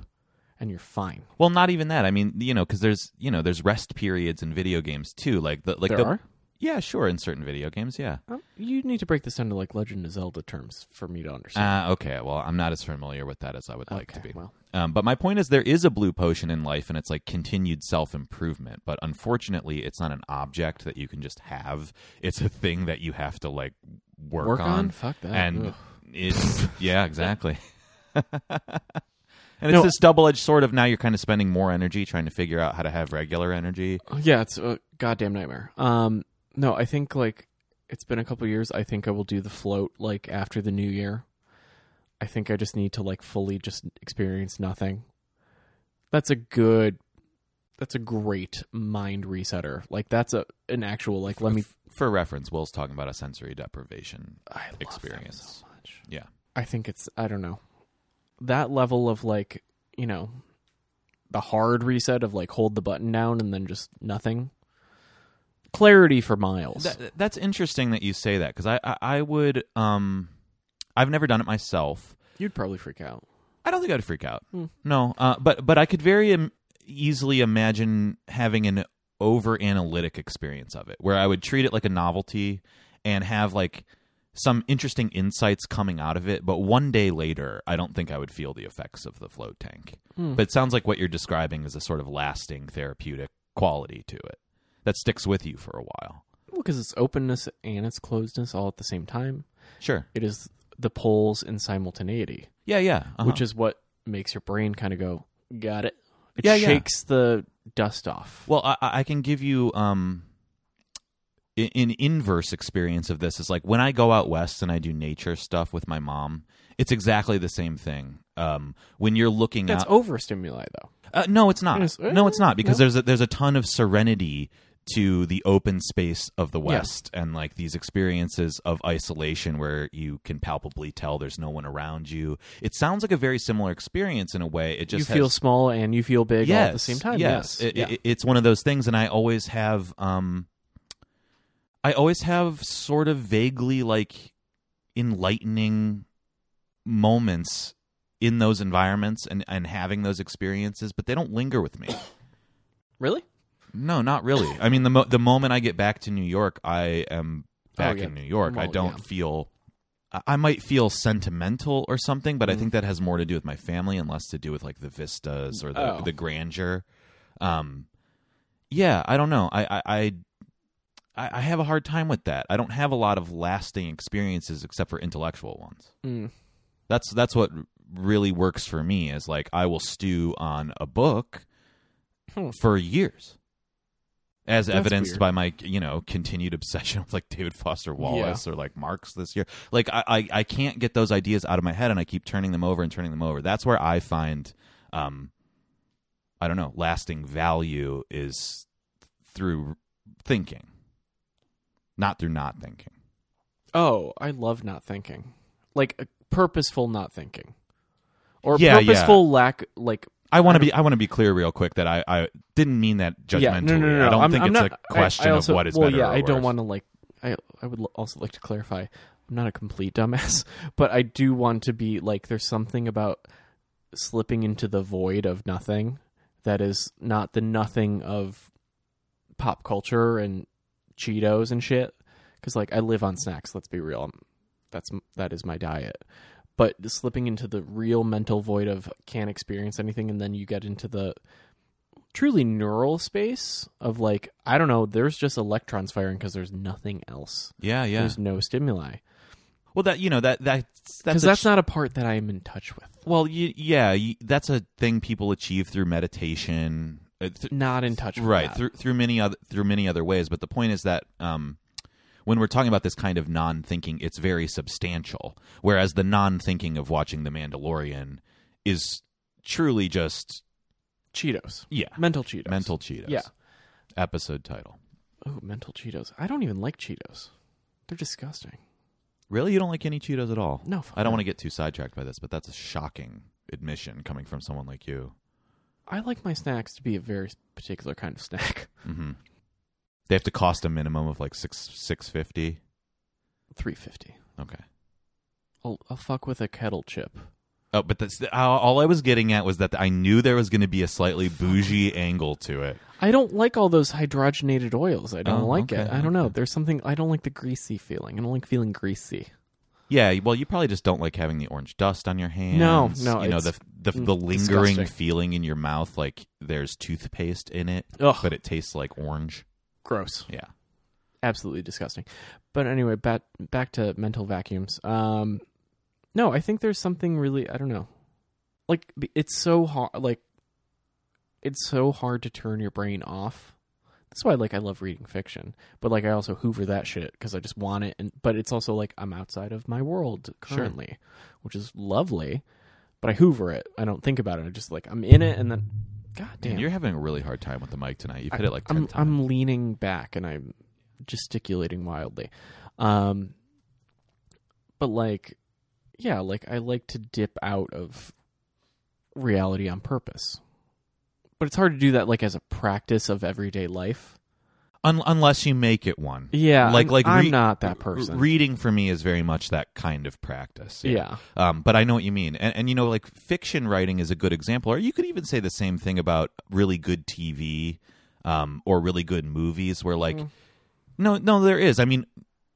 [SPEAKER 2] and you're fine.
[SPEAKER 1] Well, not even that. I mean, you know, because there's you know there's rest periods in video games too. Like the like
[SPEAKER 2] there
[SPEAKER 1] the,
[SPEAKER 2] are.
[SPEAKER 1] Yeah, sure. In certain video games, yeah.
[SPEAKER 2] Um, You need to break this down to like Legend of Zelda terms for me to understand.
[SPEAKER 1] Uh, okay. Well, I'm not as familiar with that as I would like to
[SPEAKER 2] Okay,
[SPEAKER 1] be.
[SPEAKER 2] well.
[SPEAKER 1] Um, but my point is, there is a blue potion in life, and it's like continued self improvement. But unfortunately, it's not an object that you can just have. It's a thing that you have to like work,
[SPEAKER 2] Work on? Fuck that.
[SPEAKER 1] And
[SPEAKER 2] Oh, Ugh.
[SPEAKER 1] it's yeah, exactly. and it's
[SPEAKER 2] No.
[SPEAKER 1] this double edged sword of now you're kind of spending more energy trying to figure out how to have regular energy.
[SPEAKER 2] Oh, yeah, it's a goddamn nightmare. Um, no, I think like it's been a couple years. I think I will do the float like after the new year. I think I just need to like fully just experience nothing. That's a good. That's a great mind resetter. Like that's a an actual like. Let me.
[SPEAKER 1] For reference, Will's talking about a sensory deprivation.
[SPEAKER 2] I love experience
[SPEAKER 1] Experience.
[SPEAKER 2] so much.
[SPEAKER 1] Yeah.
[SPEAKER 2] I think it's I don't know. That level of like, you know, the hard reset of like hold the button down and then just nothing. Clarity for miles.
[SPEAKER 1] That, that's interesting that you say that because I, I I would um I've never done it myself.
[SPEAKER 2] You'd probably freak out.
[SPEAKER 1] I don't think I'd freak out. No, uh, but but I could very Im- easily imagine having an over analytic experience of it, where I would treat it like a novelty and have like some interesting insights coming out of it. But one day later, I don't think I would feel the effects of the float tank. But it sounds like what you're describing is a sort of lasting therapeutic quality to it that sticks with you for a while.
[SPEAKER 2] Well, because it's openness and it's closedness all at the same time.
[SPEAKER 1] Sure.
[SPEAKER 2] It is the poles in simultaneity,
[SPEAKER 1] Yeah. Yeah. Uh-huh.
[SPEAKER 2] which is what makes your brain kind of go, got it. It
[SPEAKER 1] Yeah, yeah.
[SPEAKER 2] shakes the dust off.
[SPEAKER 1] Well, I, I I can give you um, i- an inverse experience of this. Is like when I go out west and I do nature stuff with my mom. It's exactly the same thing. Um, when you're looking
[SPEAKER 2] That's
[SPEAKER 1] out,
[SPEAKER 2] overstimuli though.
[SPEAKER 1] uh, no, it's not.
[SPEAKER 2] Yes. eh,
[SPEAKER 1] No, it's not because
[SPEAKER 2] No.
[SPEAKER 1] there's a, there's a ton of serenity to the open space of the West and like these experiences of isolation where you can palpably tell there's no one around you. It sounds like a very similar experience in a way. It just
[SPEAKER 2] you
[SPEAKER 1] has-
[SPEAKER 2] feel small and you feel big all at the
[SPEAKER 1] Yes,
[SPEAKER 2] same time. Yes.
[SPEAKER 1] Yes, It- it- it's one of those things, and I always have, um, I always have sort of vaguely like enlightening moments in those environments and and having those experiences, but they don't linger with me.
[SPEAKER 2] really?
[SPEAKER 1] No, not really. I mean, the mo- the moment I get back to New York, I am back
[SPEAKER 2] Oh, yeah.
[SPEAKER 1] in New York. I
[SPEAKER 2] Well,
[SPEAKER 1] don't
[SPEAKER 2] yeah.
[SPEAKER 1] feel. I- I might feel sentimental or something,
[SPEAKER 2] Mm-hmm.
[SPEAKER 1] but I think that has more to do with my family and less to do with like the vistas or the
[SPEAKER 2] Oh.
[SPEAKER 1] the grandeur. Um, yeah, I don't know. I I. I I I have a hard time with that. I don't have a lot of lasting experiences except for intellectual ones.
[SPEAKER 2] Mm.
[SPEAKER 1] That's that's what really works for me is like I will stew on a book
[SPEAKER 2] Hmm.
[SPEAKER 1] for years. As
[SPEAKER 2] That's
[SPEAKER 1] evidenced
[SPEAKER 2] weird.
[SPEAKER 1] by my, you know, continued obsession with like David Foster Wallace or like Marx this year. Like I, I, I can't get those ideas out of my head and I keep turning them over and turning them over. That's where I find um I don't know, lasting value is through thinking. Not through not thinking.
[SPEAKER 2] Oh, I love not thinking. Like a purposeful not thinking. Or
[SPEAKER 1] Yeah, yeah.
[SPEAKER 2] purposeful lack like
[SPEAKER 1] I want to be I want to be clear real quick that I, I didn't mean that judgmentally.
[SPEAKER 2] yeah, no, no, no, no.
[SPEAKER 1] I don't
[SPEAKER 2] I'm-
[SPEAKER 1] think
[SPEAKER 2] I'm
[SPEAKER 1] it's
[SPEAKER 2] not-
[SPEAKER 1] a
[SPEAKER 2] I-
[SPEAKER 1] question
[SPEAKER 2] I also-
[SPEAKER 1] of what is
[SPEAKER 2] well,
[SPEAKER 1] better
[SPEAKER 2] yeah,
[SPEAKER 1] or
[SPEAKER 2] I don't
[SPEAKER 1] worse.
[SPEAKER 2] want to like I I would l- also like to clarify. I'm not a complete dumbass, but I do want to be like there's something about slipping into the void of nothing that is not the nothing of pop culture and Cheetos and shit cuz like I live on snacks, let's be real. I'm- That's m- that is my diet. But slipping into the real mental void of can't experience anything and then you get into the truly neural space of like I don't know. There's just electrons firing because there's nothing else.
[SPEAKER 1] Yeah, yeah.
[SPEAKER 2] There's no stimuli.
[SPEAKER 1] Well, that you know that that's that's,
[SPEAKER 2] because that's
[SPEAKER 1] a,
[SPEAKER 2] not a part that I'm in touch with.
[SPEAKER 1] well, you, yeah, you, that's a thing people achieve through meditation, uh, th-
[SPEAKER 2] Not in touch with
[SPEAKER 1] right
[SPEAKER 2] that.
[SPEAKER 1] through through many other through many other ways. But the point is that um, when we're talking about this kind of non-thinking, it's very substantial. Whereas the non-thinking of watching The Mandalorian is truly just
[SPEAKER 2] Cheetos.
[SPEAKER 1] yeah
[SPEAKER 2] Mental Cheetos.
[SPEAKER 1] mental Cheetos.
[SPEAKER 2] Yeah.
[SPEAKER 1] episode title.
[SPEAKER 2] Oh, mental Cheetos. I don't even like Cheetos. They're disgusting.
[SPEAKER 1] Really, you don't like any Cheetos at all?
[SPEAKER 2] No, fuck
[SPEAKER 1] I
[SPEAKER 2] no.
[SPEAKER 1] don't want to get too sidetracked by this, but that's a shocking admission coming from someone like you.
[SPEAKER 2] I like my snacks to be a very particular kind of snack.
[SPEAKER 1] hmm They have to cost a minimum of like six six fifty.
[SPEAKER 2] Three fifty.
[SPEAKER 1] Okay.
[SPEAKER 2] I'll, I'll fuck with a kettle chip.
[SPEAKER 1] Oh, but that's the, all, all I was getting at was that I knew there was going to be a slightly bougie angle to it.
[SPEAKER 2] I don't like all those hydrogenated oils. I don't
[SPEAKER 1] Oh,
[SPEAKER 2] like it.
[SPEAKER 1] okay,
[SPEAKER 2] I don't know.
[SPEAKER 1] okay.
[SPEAKER 2] There's something I don't like the greasy feeling. I don't like feeling greasy.
[SPEAKER 1] Yeah, well, you probably just don't like having the orange dust on your hands.
[SPEAKER 2] No, no,
[SPEAKER 1] you know the
[SPEAKER 2] it's
[SPEAKER 1] the,
[SPEAKER 2] mm,
[SPEAKER 1] the lingering
[SPEAKER 2] disgusting.
[SPEAKER 1] feeling in your mouth, like there's toothpaste in it,
[SPEAKER 2] Ugh.
[SPEAKER 1] but it tastes like orange.
[SPEAKER 2] Gross.
[SPEAKER 1] Yeah,
[SPEAKER 2] Absolutely disgusting. But anyway, back back to mental vacuums. Um, no, I think there's something really. I don't know. Like b- it's so hard. Like it's so hard to turn your brain off. That's why, like, I love reading fiction, but like, I also hoover that shit because I just want it. And but it's also like I'm outside of my world
[SPEAKER 1] Sure.
[SPEAKER 2] currently, which is lovely. But I hoover it. I don't think about it. I just like I'm in it, and then, god
[SPEAKER 1] Dude,
[SPEAKER 2] damn,
[SPEAKER 1] you're having a really hard time with the mic tonight. You've hit it like 10
[SPEAKER 2] I'm,
[SPEAKER 1] times.
[SPEAKER 2] I'm leaning back and I'm gesticulating wildly. Um, but like, yeah, like I like to dip out of reality on purpose. But it's hard to do that like as a practice of everyday life.
[SPEAKER 1] Un- unless you make it one.
[SPEAKER 2] Yeah,
[SPEAKER 1] Like-
[SPEAKER 2] I'm,
[SPEAKER 1] like
[SPEAKER 2] I'm
[SPEAKER 1] re-
[SPEAKER 2] not that person.
[SPEAKER 1] Reading for me is very much that kind of practice.
[SPEAKER 2] yeah,
[SPEAKER 1] Um, but I know what you mean. And, and, you know, like fiction writing is a good example. Or you could even say the same thing about really good TV um, or really good movies where, like, no, no, there is. I mean,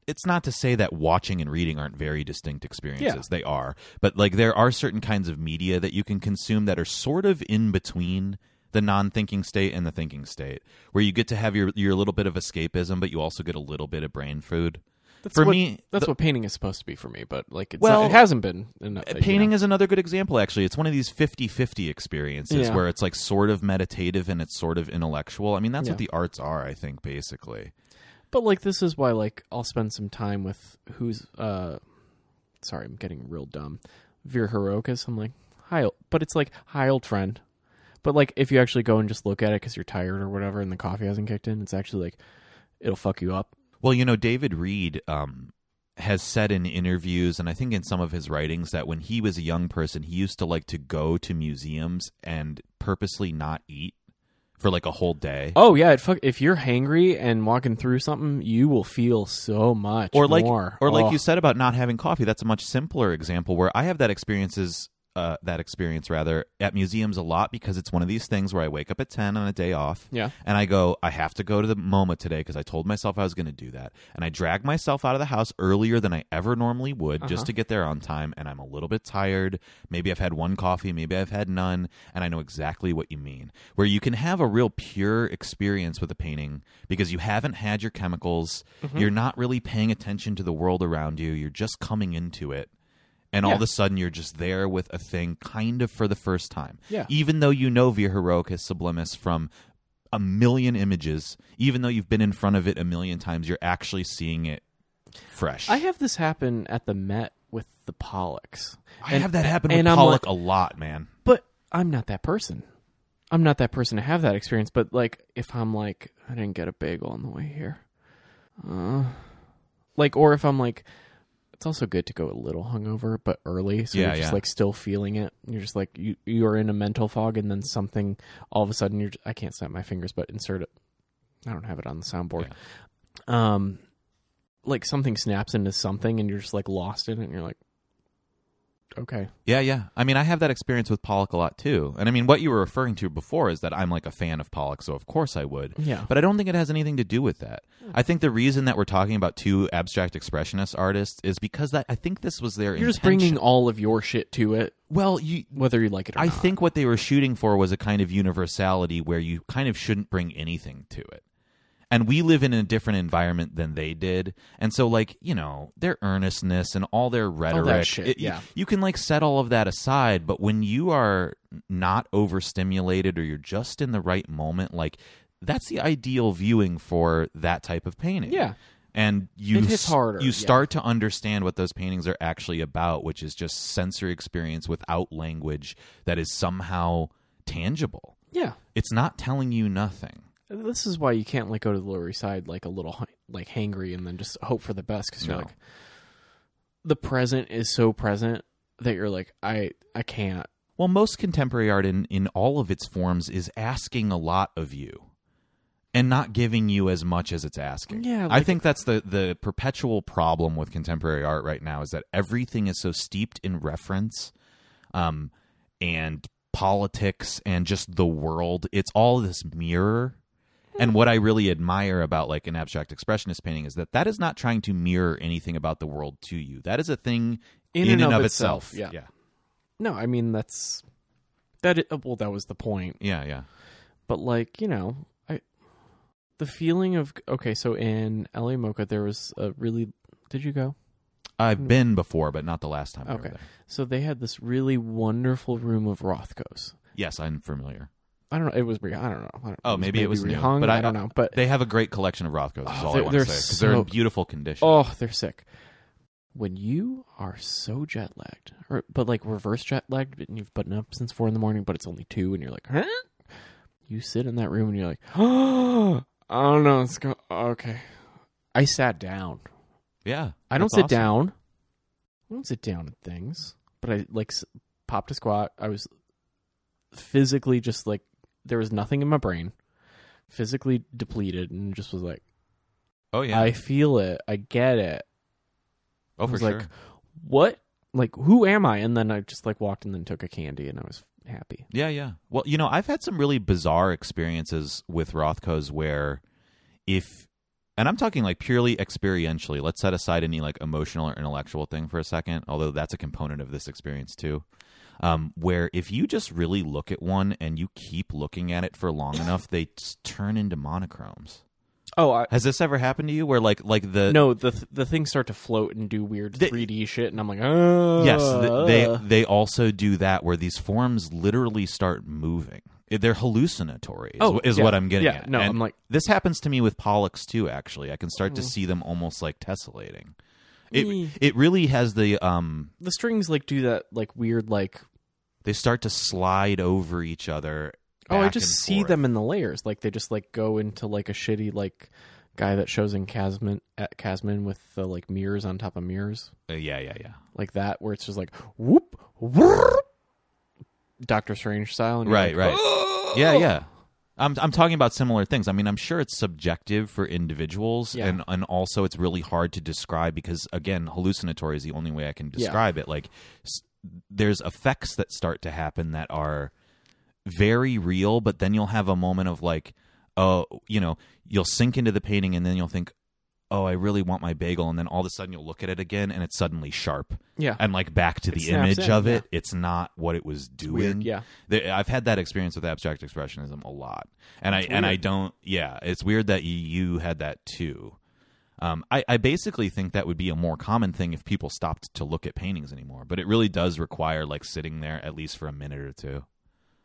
[SPEAKER 1] it's not to say that watching and reading aren't very distinct experiences.
[SPEAKER 2] Yeah.
[SPEAKER 1] They are. But, like, there are certain kinds of media that you can consume that are sort of in between the non-thinking state and the thinking state where you get to have your your little bit of escapism but you also get a little bit of brain food
[SPEAKER 2] that's
[SPEAKER 1] for
[SPEAKER 2] what,
[SPEAKER 1] me
[SPEAKER 2] that's
[SPEAKER 1] the-
[SPEAKER 2] what painting is supposed to be for me. But like, it's
[SPEAKER 1] Well,
[SPEAKER 2] not, it hasn't been. Enough, uh, you
[SPEAKER 1] painting
[SPEAKER 2] know.
[SPEAKER 1] is another good example actually it's one of these 50-50 experiences
[SPEAKER 2] Yeah.
[SPEAKER 1] where it's like sort of meditative and it's sort of intellectual i mean that's
[SPEAKER 2] Yeah.
[SPEAKER 1] what the arts are i think basically
[SPEAKER 2] But like this is why like I'll spend some time with who's uh sorry, I'm getting real dumb. Veer Hirokas. I'm like, hi o-" but it's like, hi old friend. But like if you actually go and just look at it because you're tired or whatever and the coffee hasn't kicked in, it's actually like it'll fuck you up.
[SPEAKER 1] well you know david reed um, has said in interviews and i think in some of his writings that when he was a young person he used to like to go to museums and purposely not eat for like a whole day
[SPEAKER 2] Oh yeah, it fuck if you're hangry and walking through something, you will feel so much
[SPEAKER 1] or like
[SPEAKER 2] more.
[SPEAKER 1] or like
[SPEAKER 2] Oh.
[SPEAKER 1] you said about not having coffee that's a much simpler example where i have that experiences uh, that experience rather at museums a lot because it's one of these things where i wake up at 10 on a day off
[SPEAKER 2] Yeah.
[SPEAKER 1] and i go i have to go to the moma today because i told myself i was going to do that and i drag myself out of the house earlier than i ever normally would
[SPEAKER 2] Uh-huh.
[SPEAKER 1] just to get there on time and i'm a little bit tired maybe i've had one coffee maybe i've had none and i know exactly what you mean where you can have a real pure experience with a painting because you haven't had your chemicals
[SPEAKER 2] Mm-hmm.
[SPEAKER 1] you're not really paying attention to the world around you. You're just coming into it. And all
[SPEAKER 2] Yeah.
[SPEAKER 1] of a sudden, you're just there with a thing kind of for the first time.
[SPEAKER 2] Yeah.
[SPEAKER 1] Even though you know Via Heroicus Sublimis from a million images, even though you've been in front of it a million times, you're actually seeing it fresh.
[SPEAKER 2] I have this happen at the Met with the Pollocks.
[SPEAKER 1] I have that happen
[SPEAKER 2] and
[SPEAKER 1] with
[SPEAKER 2] I'm
[SPEAKER 1] Pollock a lot, man.
[SPEAKER 2] but I'm not that person. I'm not that person to have that experience. But like, if I'm like, I didn't get a bagel on the way here, uh, like, or if I'm like, it's also good to go a little hungover but early, so
[SPEAKER 1] Yeah,
[SPEAKER 2] you're just
[SPEAKER 1] yeah.
[SPEAKER 2] like still feeling it. You're just like you you are in a mental fog, and then something all of a sudden you're. I can't snap my fingers, but insert it. I don't have it on the soundboard. Um, like something snaps into something, and you're just like lost in it, and you're like, okay,
[SPEAKER 1] Yeah, yeah. I mean, I have that experience with Pollock a lot too. And I mean, what you were referring to before is that I'm like a fan of Pollock, so of course I would.
[SPEAKER 2] yeah,
[SPEAKER 1] But I don't think it has anything to do with that. I think the reason that we're talking about two abstract expressionist artists is because that I think this was their
[SPEAKER 2] You're just
[SPEAKER 1] intention.
[SPEAKER 2] bringing all of your shit to it,
[SPEAKER 1] well, you
[SPEAKER 2] whether you like it or
[SPEAKER 1] I
[SPEAKER 2] not.
[SPEAKER 1] think what they were shooting for was a kind of universality where you kind of shouldn't bring anything to it. and we live in a different environment than they did and so like you know their earnestness and all their rhetoric
[SPEAKER 2] shit,
[SPEAKER 1] it- you-
[SPEAKER 2] yeah.
[SPEAKER 1] you can like set all of that aside but when you are not overstimulated or you're just in the right moment like that's the ideal viewing for that type of painting
[SPEAKER 2] Yeah.
[SPEAKER 1] and you
[SPEAKER 2] It hits
[SPEAKER 1] s-
[SPEAKER 2] harder,
[SPEAKER 1] you
[SPEAKER 2] yeah.
[SPEAKER 1] start to understand what those paintings are actually about which is just sensory experience without language that is somehow tangible
[SPEAKER 2] Yeah.
[SPEAKER 1] it's not telling you nothing
[SPEAKER 2] This is why you can't like go to the Lower East Side like a little hu- like hangry and then just hope for the best because you're
[SPEAKER 1] No.
[SPEAKER 2] like the present is so present that you're like I I can't.
[SPEAKER 1] Well, most contemporary art in, in all of its forms is asking a lot of you and not giving you as much as it's asking.
[SPEAKER 2] Yeah,
[SPEAKER 1] I
[SPEAKER 2] like-
[SPEAKER 1] think that's the, the perpetual problem with contemporary art right now is that everything is so steeped in reference um, and politics and just the world. It's all this mirror. And what I really admire about like an abstract expressionist painting is that that is not trying to mirror anything about the world to you. That is a thing in, and, of, itself.
[SPEAKER 2] yeah.
[SPEAKER 1] yeah.
[SPEAKER 2] No, I mean that's that. i- well, that was the point.
[SPEAKER 1] Yeah, yeah.
[SPEAKER 2] but like you know i the feeling of okay so in la mocha there was a really did you go
[SPEAKER 1] I've been before, but not the last time I
[SPEAKER 2] Hmm. Okay.
[SPEAKER 1] were there.
[SPEAKER 2] so they had this really wonderful room of rothkos
[SPEAKER 1] Yes, I'm familiar.
[SPEAKER 2] i don't know it was re- i don't know I don't,
[SPEAKER 1] Oh, maybe it was new,
[SPEAKER 2] rehung
[SPEAKER 1] but
[SPEAKER 2] I,
[SPEAKER 1] I-
[SPEAKER 2] don't know but
[SPEAKER 1] They have a great collection of Rothkos. That's
[SPEAKER 2] Oh,
[SPEAKER 1] all I
[SPEAKER 2] they're-
[SPEAKER 1] want to
[SPEAKER 2] they're
[SPEAKER 1] say because they're
[SPEAKER 2] so-
[SPEAKER 1] in beautiful condition.
[SPEAKER 2] oh they're sick when you are so jet lagged or but like reverse jet lagged but you've been up since four in the morning but it's only two and you're like huh you sit in that room and you're like oh i don't know let's go okay i sat down
[SPEAKER 1] yeah.
[SPEAKER 2] I don't
[SPEAKER 1] that's
[SPEAKER 2] sit
[SPEAKER 1] awesome.
[SPEAKER 2] down. I don't sit down at things, but I like s- popped a squat. I was physically just like there was nothing in my brain, physically depleted, and just was like,
[SPEAKER 1] Oh yeah.
[SPEAKER 2] I feel it, I get it.
[SPEAKER 1] oh
[SPEAKER 2] I
[SPEAKER 1] for
[SPEAKER 2] was
[SPEAKER 1] sure.
[SPEAKER 2] like, what? Like who am I? And then I just like walked and then took a candy, and I was happy.
[SPEAKER 1] Yeah, yeah. Well, you know, I've had some really bizarre experiences with Rothkos where if and I'm talking like purely experientially. Let's set aside any like emotional or intellectual thing for a second, although that's a component of this experience too. Um, where if you just really look at one and you keep looking at it for long enough, they just turn into monochromes.
[SPEAKER 2] Oh, I.
[SPEAKER 1] Has this ever happened to you? Where like like the
[SPEAKER 2] No, the th- the things start to float and do weird
[SPEAKER 1] Uh, They-
[SPEAKER 2] 3D shit, and I'm like, oh,
[SPEAKER 1] yes th- they they also do that where these forms literally start moving. Eh, They're hallucinatory. Is,
[SPEAKER 2] Oh,
[SPEAKER 1] is
[SPEAKER 2] yeah.
[SPEAKER 1] what I'm getting.
[SPEAKER 2] Yeah,
[SPEAKER 1] at.
[SPEAKER 2] no,
[SPEAKER 1] And
[SPEAKER 2] I'm like- Mm.
[SPEAKER 1] this happens to me with Pollux too. Actually, I can start to see them almost like tessellating. It
[SPEAKER 2] Yeah.
[SPEAKER 1] it really has the um.
[SPEAKER 2] the strings like do that like weird like
[SPEAKER 1] They start to slide over each other.
[SPEAKER 2] Oh, I
[SPEAKER 1] back
[SPEAKER 2] just
[SPEAKER 1] and
[SPEAKER 2] see
[SPEAKER 1] forth.
[SPEAKER 2] them in the layers. Like they just like go into like a shitty like guy that shows in Casman at Casman with the like mirrors on top of mirrors
[SPEAKER 1] Uh, yeah, yeah, yeah.
[SPEAKER 2] like that, where it's just like whoop, whoop Doctor Strange style. And you're
[SPEAKER 1] Right,
[SPEAKER 2] like,
[SPEAKER 1] right. Yeah,
[SPEAKER 2] Oh.
[SPEAKER 1] yeah. I'm I'm talking about similar things. I mean, I'm sure it's subjective for individuals
[SPEAKER 2] Yeah.
[SPEAKER 1] and and also it's really hard to describe because again, hallucinatory is the only way I can
[SPEAKER 2] Yeah.
[SPEAKER 1] describe it. Like s- there's effects that start to happen that are very real, but then you'll have a moment of like oh, you know, you'll sink into the painting and then you'll think Oh, I really want my bagel, and then all of a sudden you'll look at it again, and it's suddenly sharp,
[SPEAKER 2] Yeah.
[SPEAKER 1] and like back to the
[SPEAKER 2] snaps
[SPEAKER 1] image
[SPEAKER 2] in,
[SPEAKER 1] of
[SPEAKER 2] yeah.
[SPEAKER 1] it. It's not what it was doing.
[SPEAKER 2] weird, yeah.
[SPEAKER 1] There, I've had that experience with abstract expressionism a lot, and I
[SPEAKER 2] That's
[SPEAKER 1] and I
[SPEAKER 2] weird.
[SPEAKER 1] don't. Yeah, it's weird that you, you had that too. Um, I, I basically think that would be a more common thing if people stopped to look at paintings anymore. But it really does require like sitting there at least for a minute or two.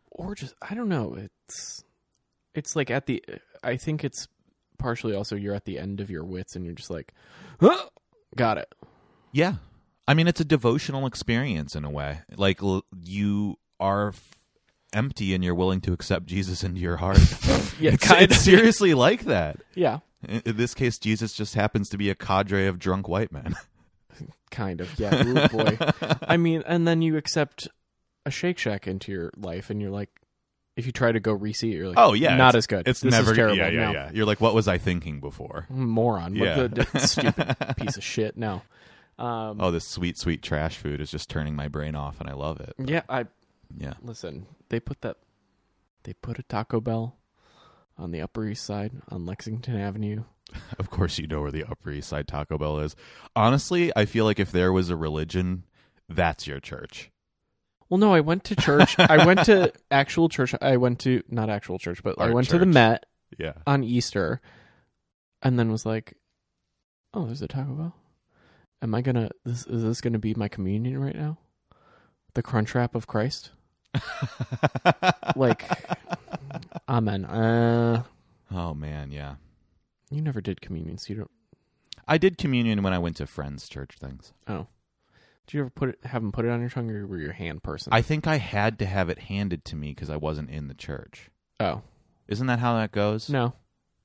[SPEAKER 2] Or just I don't know. It's it's like at the I think it's partially also you're at the end of your wits and you're just like, huh? got it.
[SPEAKER 1] Yeah. I mean, it's a devotional experience in a way. Like, l- you are f- empty and you're willing to accept Jesus into your heart.
[SPEAKER 2] Yeah,
[SPEAKER 1] it's,
[SPEAKER 2] kind
[SPEAKER 1] it's seriously like that.
[SPEAKER 2] Yeah,
[SPEAKER 1] In, in this case, Jesus just happens to be a cadre of drunk white men.
[SPEAKER 2] kind of. Yeah, ooh, boy. I mean, and then you accept a Shake Shack into your life, and you're like, if you try to go reseat, you're like,
[SPEAKER 1] Oh yeah,
[SPEAKER 2] not
[SPEAKER 1] it's-
[SPEAKER 2] as good.
[SPEAKER 1] It's
[SPEAKER 2] This is
[SPEAKER 1] never
[SPEAKER 2] terrible.
[SPEAKER 1] Yeah, yeah,
[SPEAKER 2] No.
[SPEAKER 1] yeah. You're like, what was I thinking before?
[SPEAKER 2] moron, what
[SPEAKER 1] Yeah.
[SPEAKER 2] the d- stupid piece of shit. No, um,
[SPEAKER 1] Oh, this sweet, sweet trash food is just turning my brain off, and I love it.
[SPEAKER 2] yeah. I
[SPEAKER 1] Yeah,
[SPEAKER 2] listen. They put that, they put a Taco Bell on the Upper East Side on Lexington Avenue.
[SPEAKER 1] of course you know where the Upper East Side Taco Bell is. Honestly, I feel like if there was a religion, that's your church.
[SPEAKER 2] Well, no, I went to church. I went to actual church. I went to not actual church, but I
[SPEAKER 1] Art
[SPEAKER 2] went to the
[SPEAKER 1] church.
[SPEAKER 2] Met
[SPEAKER 1] Yeah,
[SPEAKER 2] on Easter and then was like, "Oh, there's a Taco Bell. Am I gonna? This is this gonna be my communion right now? The crunch wrap of Christ? Like, amen. Uh,
[SPEAKER 1] oh man, yeah.
[SPEAKER 2] you never did communion, so you don't.
[SPEAKER 1] I did communion when I went to friends' church things.
[SPEAKER 2] Did you ever put it? Have them put it on your tongue, or were you a hand person?
[SPEAKER 1] I think I had to have it handed to me because I wasn't in the church.
[SPEAKER 2] oh
[SPEAKER 1] Isn't that how that goes?
[SPEAKER 2] no,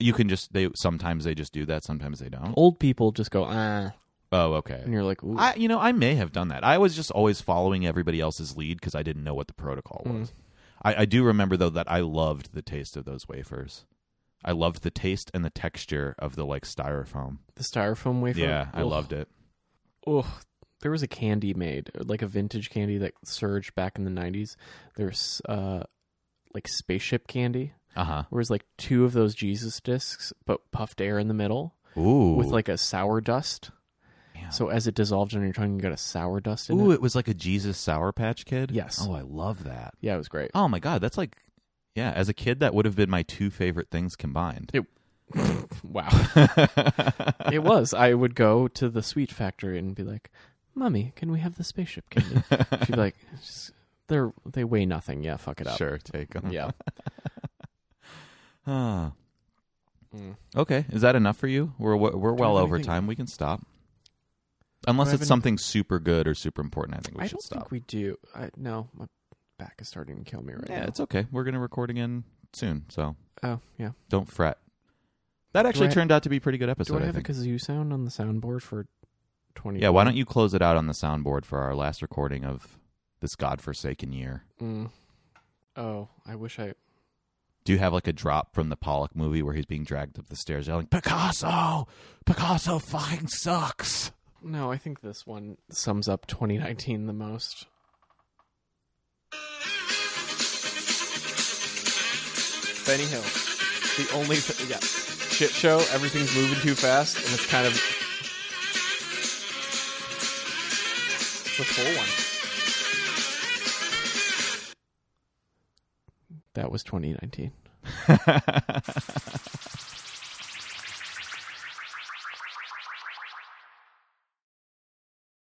[SPEAKER 1] You can just they sometimes they just do that, sometimes they don't.
[SPEAKER 2] old people just go ah,
[SPEAKER 1] Oh, okay.
[SPEAKER 2] and you're like, Ooh.
[SPEAKER 1] I you know, I may have done that. I was just always following everybody else's lead because I didn't know what the protocol
[SPEAKER 2] Hmm.
[SPEAKER 1] was.
[SPEAKER 2] Mm.
[SPEAKER 1] I, I do remember though that I loved the taste of those wafers. I loved the taste and the texture of the like styrofoam.
[SPEAKER 2] the styrofoam wafer.
[SPEAKER 1] Yeah, I
[SPEAKER 2] Ugh.
[SPEAKER 1] loved it.
[SPEAKER 2] Oh, there was a candy made, like a vintage candy that surged back in the '90s. There's uh, like spaceship candy,
[SPEAKER 1] Uh huh.
[SPEAKER 2] where it's like two of those Jesus discs, but puffed air in the middle
[SPEAKER 1] Ooh.
[SPEAKER 2] with like a sour dust.
[SPEAKER 1] Yeah.
[SPEAKER 2] So as it dissolves on your tongue, you got a sour dust in
[SPEAKER 1] Ooh,
[SPEAKER 2] it.
[SPEAKER 1] it was like a Jesus Sour Patch Kid.
[SPEAKER 2] Yes.
[SPEAKER 1] Oh, I love that.
[SPEAKER 2] Yeah, it was great.
[SPEAKER 1] Oh my god, that's like, yeah. As a kid, that would have been my two favorite things combined.
[SPEAKER 2] Wow, it was. I would go to the sweet factory and be like, "Mommy, can we have the spaceship candy?" She'd be like, "Just- "They're they weigh nothing. Yeah, fuck it up."
[SPEAKER 1] Sure, take them.
[SPEAKER 2] Yeah.
[SPEAKER 1] Huh.
[SPEAKER 2] Mm.
[SPEAKER 1] Okay, is that enough for you? We're we're we're
[SPEAKER 2] Do I
[SPEAKER 1] well
[SPEAKER 2] have
[SPEAKER 1] over
[SPEAKER 2] anything-
[SPEAKER 1] time. We can stop.
[SPEAKER 2] Do I
[SPEAKER 1] Unless
[SPEAKER 2] have
[SPEAKER 1] it's something super good or super important, I think we
[SPEAKER 2] I
[SPEAKER 1] should
[SPEAKER 2] don't
[SPEAKER 1] stop.
[SPEAKER 2] think we do. I, no, my back is starting to kill me right
[SPEAKER 1] yeah,
[SPEAKER 2] now.
[SPEAKER 1] it's okay. We're gonna record again soon, so
[SPEAKER 2] oh yeah.
[SPEAKER 1] don't fret. That actually
[SPEAKER 2] I-
[SPEAKER 1] turned out to be a pretty good
[SPEAKER 2] Do
[SPEAKER 1] episode.
[SPEAKER 2] I
[SPEAKER 1] I,
[SPEAKER 2] have a
[SPEAKER 1] think.
[SPEAKER 2] kazoo sound on the soundboard for twenty?
[SPEAKER 1] yeah, why don't you close it out on the soundboard for our last recording of this godforsaken year?
[SPEAKER 2] Mm. Oh, I wish I.
[SPEAKER 1] Do you have like a drop from the Pollock movie where he's being dragged up the stairs yelling, Picasso! Picasso fucking sucks!
[SPEAKER 2] No, I think this one sums up 2019 the most. Benny Hill, the only th- yeah shit show. Everything's moving too fast, and it's kind of it's a full one. That was 2019.